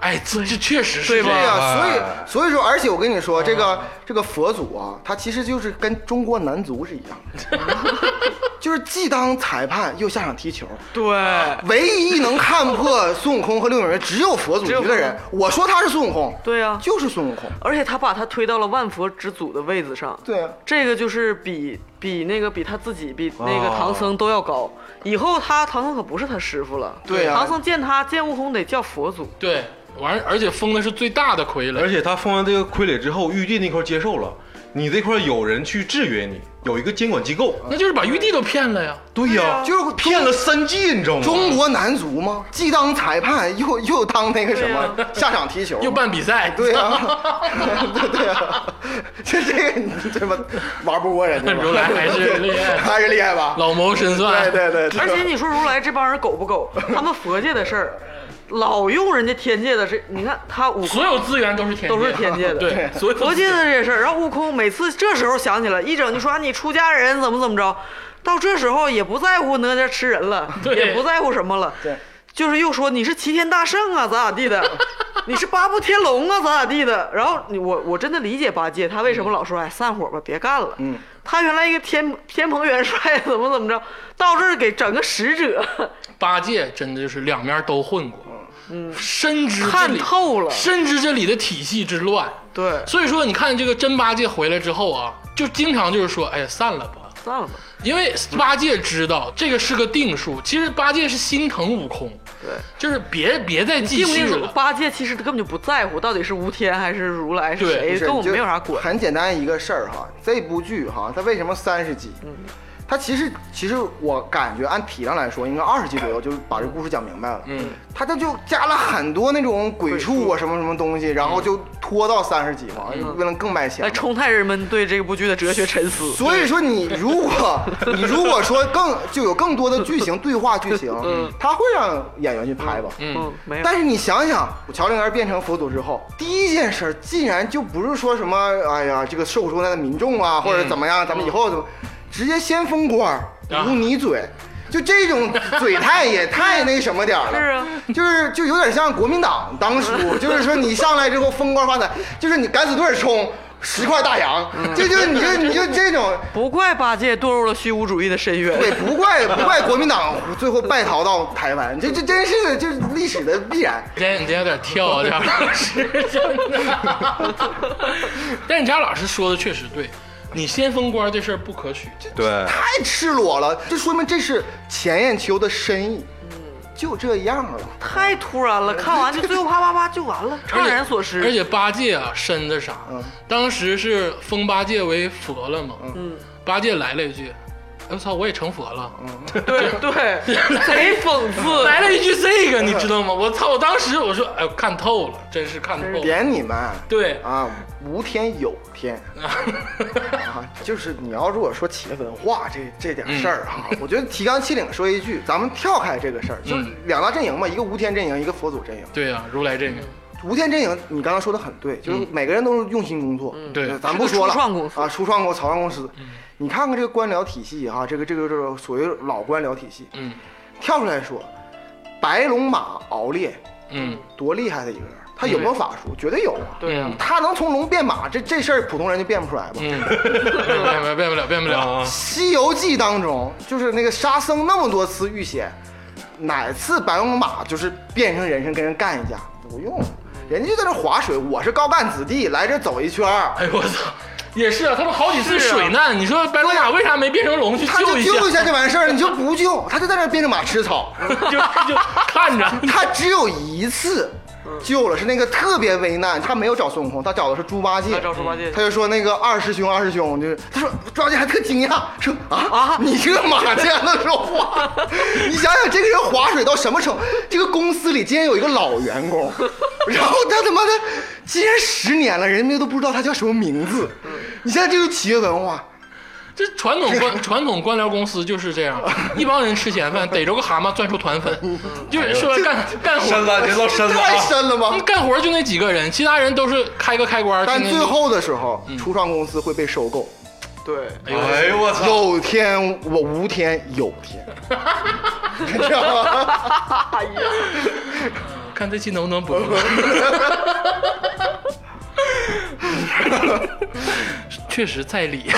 哎，这这确实是
对
这
吧
对
样
呀、
哎
啊所以所以说，而且我跟你说，这个这个佛祖啊，他其实就是跟中国男足是一样
(laughs)
的，就是既当裁判又下场踢球。
对，
唯一能看破孙悟空和六耳猕猴只有佛祖一个人。我说他是孙悟空，
对呀
就是孙悟空。
而且他把他推到了万佛之祖的位子上。
对啊
这个就是比比那个比他自己比那个
哦
唐僧都要高。以后他唐僧可不是他师傅了，
对呀
唐僧见他见悟空得叫佛祖。
对，完而且封的是最大的傀
而
儡，
且他封完这个傀儡之后，玉帝那块接受了，你这块有人去制约你，有一个监管机构。
那就是把玉帝都骗了呀。
对呀，
就是
骗了三界，你知道吗？
中国男足吗？既当裁判又又当那个什么下场踢球，
又办比赛，
哎
(laughs)
对呀、 (laughs) 对对呀，这这个你这么玩不过人家
(laughs)
吧，
如来还是厉害
还是厉害吧？
老谋深算，
对对对，对啊
而且你说如来这帮人狗不狗？他们佛界的事儿，老用人家天界的事。你看他悟空
(laughs) 所有资源都是天
都是天界的
对，所有
佛界的这事儿，然后悟空每次这时候想起来，一整就说啊你出家人怎么怎么着，到这时候也不在乎哪吒吃人了，
对
也不在乎什么了，
对，
就是又说你是齐天大圣啊，咋咋
(laughs)
地的，你是八部天龙啊，咋咋地的。然后你我我真的理解八戒他为什么老说哎散伙吧，别干了，嗯，他原来一个天天蓬元帅怎么怎么着，到这儿给整个使者，
八戒真的就是两面都混过，嗯，深知这里
看透了
深知这里的体系之乱。
对，
所以说，你看这个真八戒回来之后啊，就经常就是说，哎呀，散了吧，
算了吧，
因为八戒知道这个是个定数。其实八戒是心疼悟空，对，就是别别再继
定不
续
定主
了。
八戒其实他根本就不在乎到底是吴天还是如来是
对
谁，
是
跟我
就
们没有啥关系。
很简单一个事儿哈，这部剧哈，它为什么三十集？
嗯
它其实其实我感觉按体量来说，应该二十集左右就把这故事讲明白了。嗯，它它就加了很多那种鬼畜啊什么什么东西，然
嗯
后就拖到三十集嘛，为了更卖钱
来
嘛。
冲太人们对这部剧的哲学沉思。
所以说，你如果你如果说更就有更多的剧情对话剧情，他会让演员去拍吧。
嗯，没有。
但是你想想，乔灵儿变成佛祖之后，第一件事儿竟然就不是说什么，哎呀，这个受苦受难的民众
嗯
啊，或者怎么样，咱们以后怎么，直接先封官儿，
啊
捂你嘴，就这种嘴态也太那什么点儿了。
是啊，
就是就有点像国民党当
(laughs)
初，就是说你上来之后封官发财，就是你敢死队儿冲十块大洋，
嗯
这就你就你就这种。
不怪八戒堕入了虚无主义的深
对，
渊。
不怪不怪国民党最后败逃到台湾，这这真是就是历史的必然。
今天你今天有点跳啊，贾老 (laughs) 师，真的。 (laughs) 但是贾老师说的确实对，你先封官这事儿不可取。
(laughs) 对，啊
太赤裸了，这说明这是钱砚秋的深意。就这样了，
太突然了，看完就最后啪啪啪就完了，
而
怅
且
然所
而
失。
且八戒啊，深的嗯啥？当时是封八戒为佛了嘛。嗯，八戒来了一句：“我操，我也成佛了。
对
(laughs)
对，贼讽刺，
来了一句这个，你知道吗？我操！我当时我说，哎呦，看透了，真是看透了。
点你们
对， (laughs)
啊，无天有天啊，就是你要如果说企业文化这这点事儿啊，我觉得提纲挈领说一句，咱们跳开这个事儿，就是
嗯
两大阵营嘛，一个无天阵营，一个佛祖阵营。
对呀、如来阵营。
无天阵营，你刚才说的很对，就是每个人都是用心工作，
对嗯
呃咱不说了，
嗯是个初创公司
啊，初创公草创公司，你看看这个官僚体系哈、这个这个这个所谓老官僚体系，
嗯
跳出来说，白龙马敖烈
嗯，
多厉害的一个人，他有没
嗯
有法术？绝对有啊，
对呀、
他能从龙变马，这这事儿普通人就变不出来吧？
嗯， (laughs) 变不变不了，变不了。
啊，
西游记》当中，就是那个沙僧那么多次遇险，哪次白龙马就是变成人参跟人干一架？不用，人家就在那划水，我是高干子弟，来这走一圈儿，
哎呦我操，也是啊，他们好几次水难，你说白龙马为啥没变成龙去
他就
救一下？
救一下就完事儿，你就不救，他就在那变着马吃草，
就就看着，
他只有一次救了，是那个特别危难，他没有找孙悟空，他找的是猪八戒
他。找猪八戒
他。就说那个二师兄，二师兄就是，他说猪八戒还特惊讶，说啊
啊
你这个马竟然能说话？你想想这个人划水到什么程度？这个公司里竟然有一个老员工，然后他他妈的竟然十年了，人家都不知道他叫什么名字。你现在这个企业文化，
这传统官传统官僚公司就是这样，一帮人吃闲饭，逮着个蛤蟆攥出团粉，就是说干干
深
活，嗯
了，这都深了
太
啊！
深了吧？
干活就那几个人，其他人都是开个开关。
但
天天
最后的时候，初创公司会被收购。
对，
哎呦我操！
有天我无天有
(laughs)
天，你知道吗？
哎呀，
看这期能不能播。确实在理，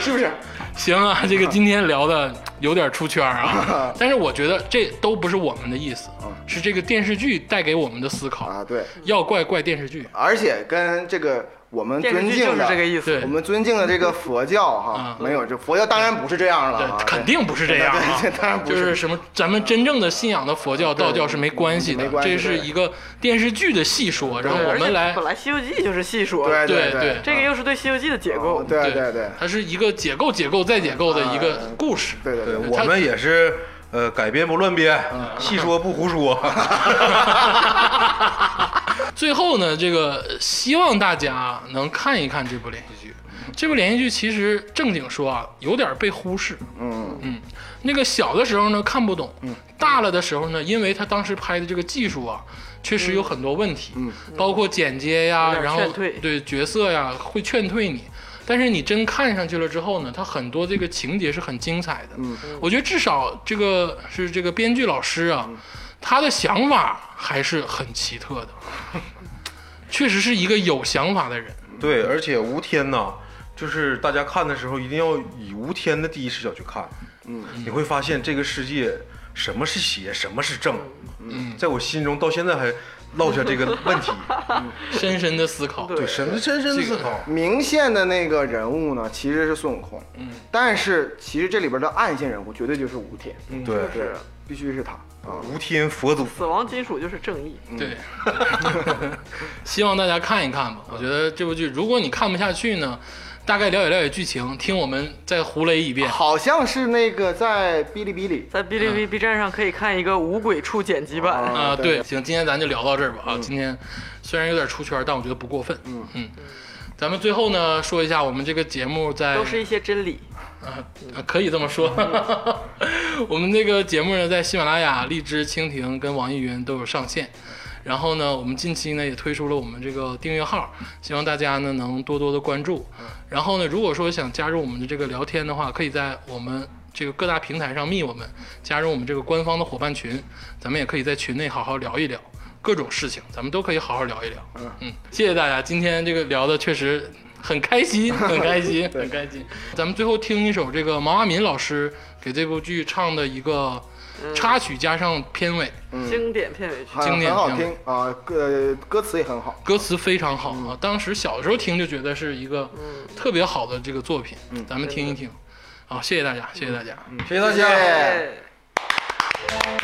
是不是？
行
(laughs)
啊，这个今天聊的有点出圈啊，但是我觉得这都不是我们的意思，是这个电视剧带给我们的思考，
嗯啊，对，
要怪怪电视剧。
而且跟这个我们
电视
尊
剧就
敬
是
的
这个意思。
对嗯
我们尊敬的这个佛教哈，没有这佛教当然不是这样了
对
啊，，
肯定不是这样啊
(laughs) 对对对当然！不
就是是什么，咱们真正的信仰的佛教、道教是没关系的
没，关系
这是一个电视剧的戏说，然后
对
我
而且
们来
本来《西游记》就是细说，
对
对哦
对
这个又是对《西游记》的解构。
对对对啊嗯
它是一个解构、解构再解构的一个故事。
对对
对，
对，
我们也是呃，改编不乱编，细说不胡说。
最后呢，这个希望大家能看一看这部连续剧。这部连续剧其实正经说啊，有点被忽视。
嗯
嗯，那个小的时候呢看不懂，
嗯
大了的时候呢，因为他当时拍的这个技术啊，确实有很多问题，包括剪接呀，
嗯有点
然后
劝退
对角色呀会劝退你。但是你真看上去了之后呢，它很多这个情节是很精彩的。嗯，我觉得至少这个是这个编剧老师
嗯
啊，他的想法还是很奇特的，确实是一个有想法的人。
(laughs) 对，而且吴天呐，就是大家看的时候一定要以吴天的第一视角去看，嗯，你会发现这个世界什么是邪，什么是正，嗯，在我心中到现在还落下这个问 (laughs) 题，
深深的思考，
对，深深深思考。
明线的那个人物呢，其实是孙悟空，嗯，但是其实这里边的暗线人物绝对就是吴天，
嗯
对，
是必须是他啊，
吴天佛祖，
死亡金属就是正义，
对， (laughs) 希望大家看一看吧。我觉得这部剧，如果你看不下去呢，大概了解了解剧情，听我们再胡雷一遍。
好像是那个在哔哩哔哩，
在哔哩
嗯
哔哩 B 站上可以看一个无鬼畜剪辑版。
啊、
啊
对，行，今天咱就聊到这儿吧。啊，今天虽然有点出圈，但我觉得不过分。嗯嗯，咱们最后呢说一下，我们这个节目在
都是一些真理，
啊，可以这么说。 (laughs) 我们这个节目呢，在喜马拉雅、荔枝、蜻蜓跟网易云都有上线。然后呢，我们近期呢也推出了我们这个订阅号，希望大家呢能多多的关注。然后呢，如果说想加入我们的这个聊天的话，可以在我们这个各大平台上密我们，加入我们这个官方的伙伴群，咱们也可以在群内好好聊一聊各种事情，咱们都可以好好聊一聊。嗯，谢谢大家，今天这个聊的确实很开心，很开心，很开心。咱们最后听一首这个毛阿敏老师给这部剧唱的一个插曲，加上片尾，
经典片尾曲。
很
经典
很好
经典
听啊，歌歌词也很好，
歌词非常好啊。当时小时候听就觉得是一个特别好的这个作品，咱们听一听。好，谢谢大家，谢谢大家。
谢谢大
谢
家。
谢。
哎
我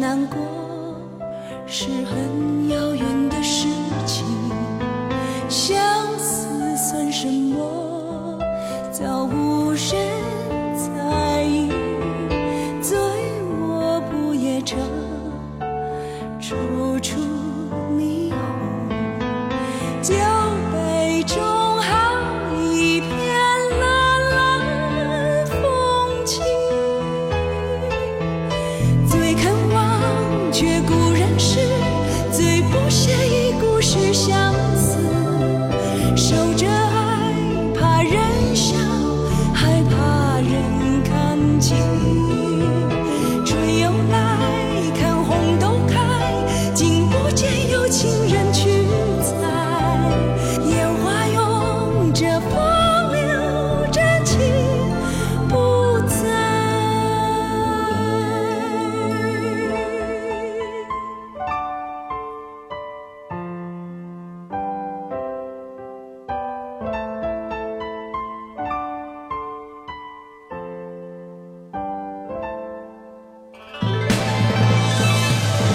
难过是很遥远的事情，相思算什么？早无人在意，醉卧不夜城，处处霓虹。酒杯中好一片蓝蓝风景，最肯忘却故人事，最不屑一顾是相思。守着爱，怕人笑，还怕人看清。春又来，看红豆开，竟不见有情人去采。烟花拥着风流真情不在。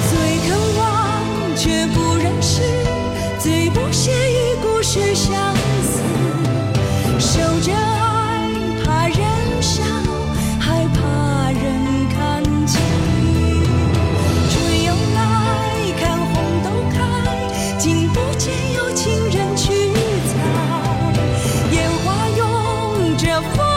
最肯忘却不认识，最不屑一顾是相思。守着爱，怕人笑，还怕人看清。春又来，看红豆开，竟不见有情人去采。烟花拥着风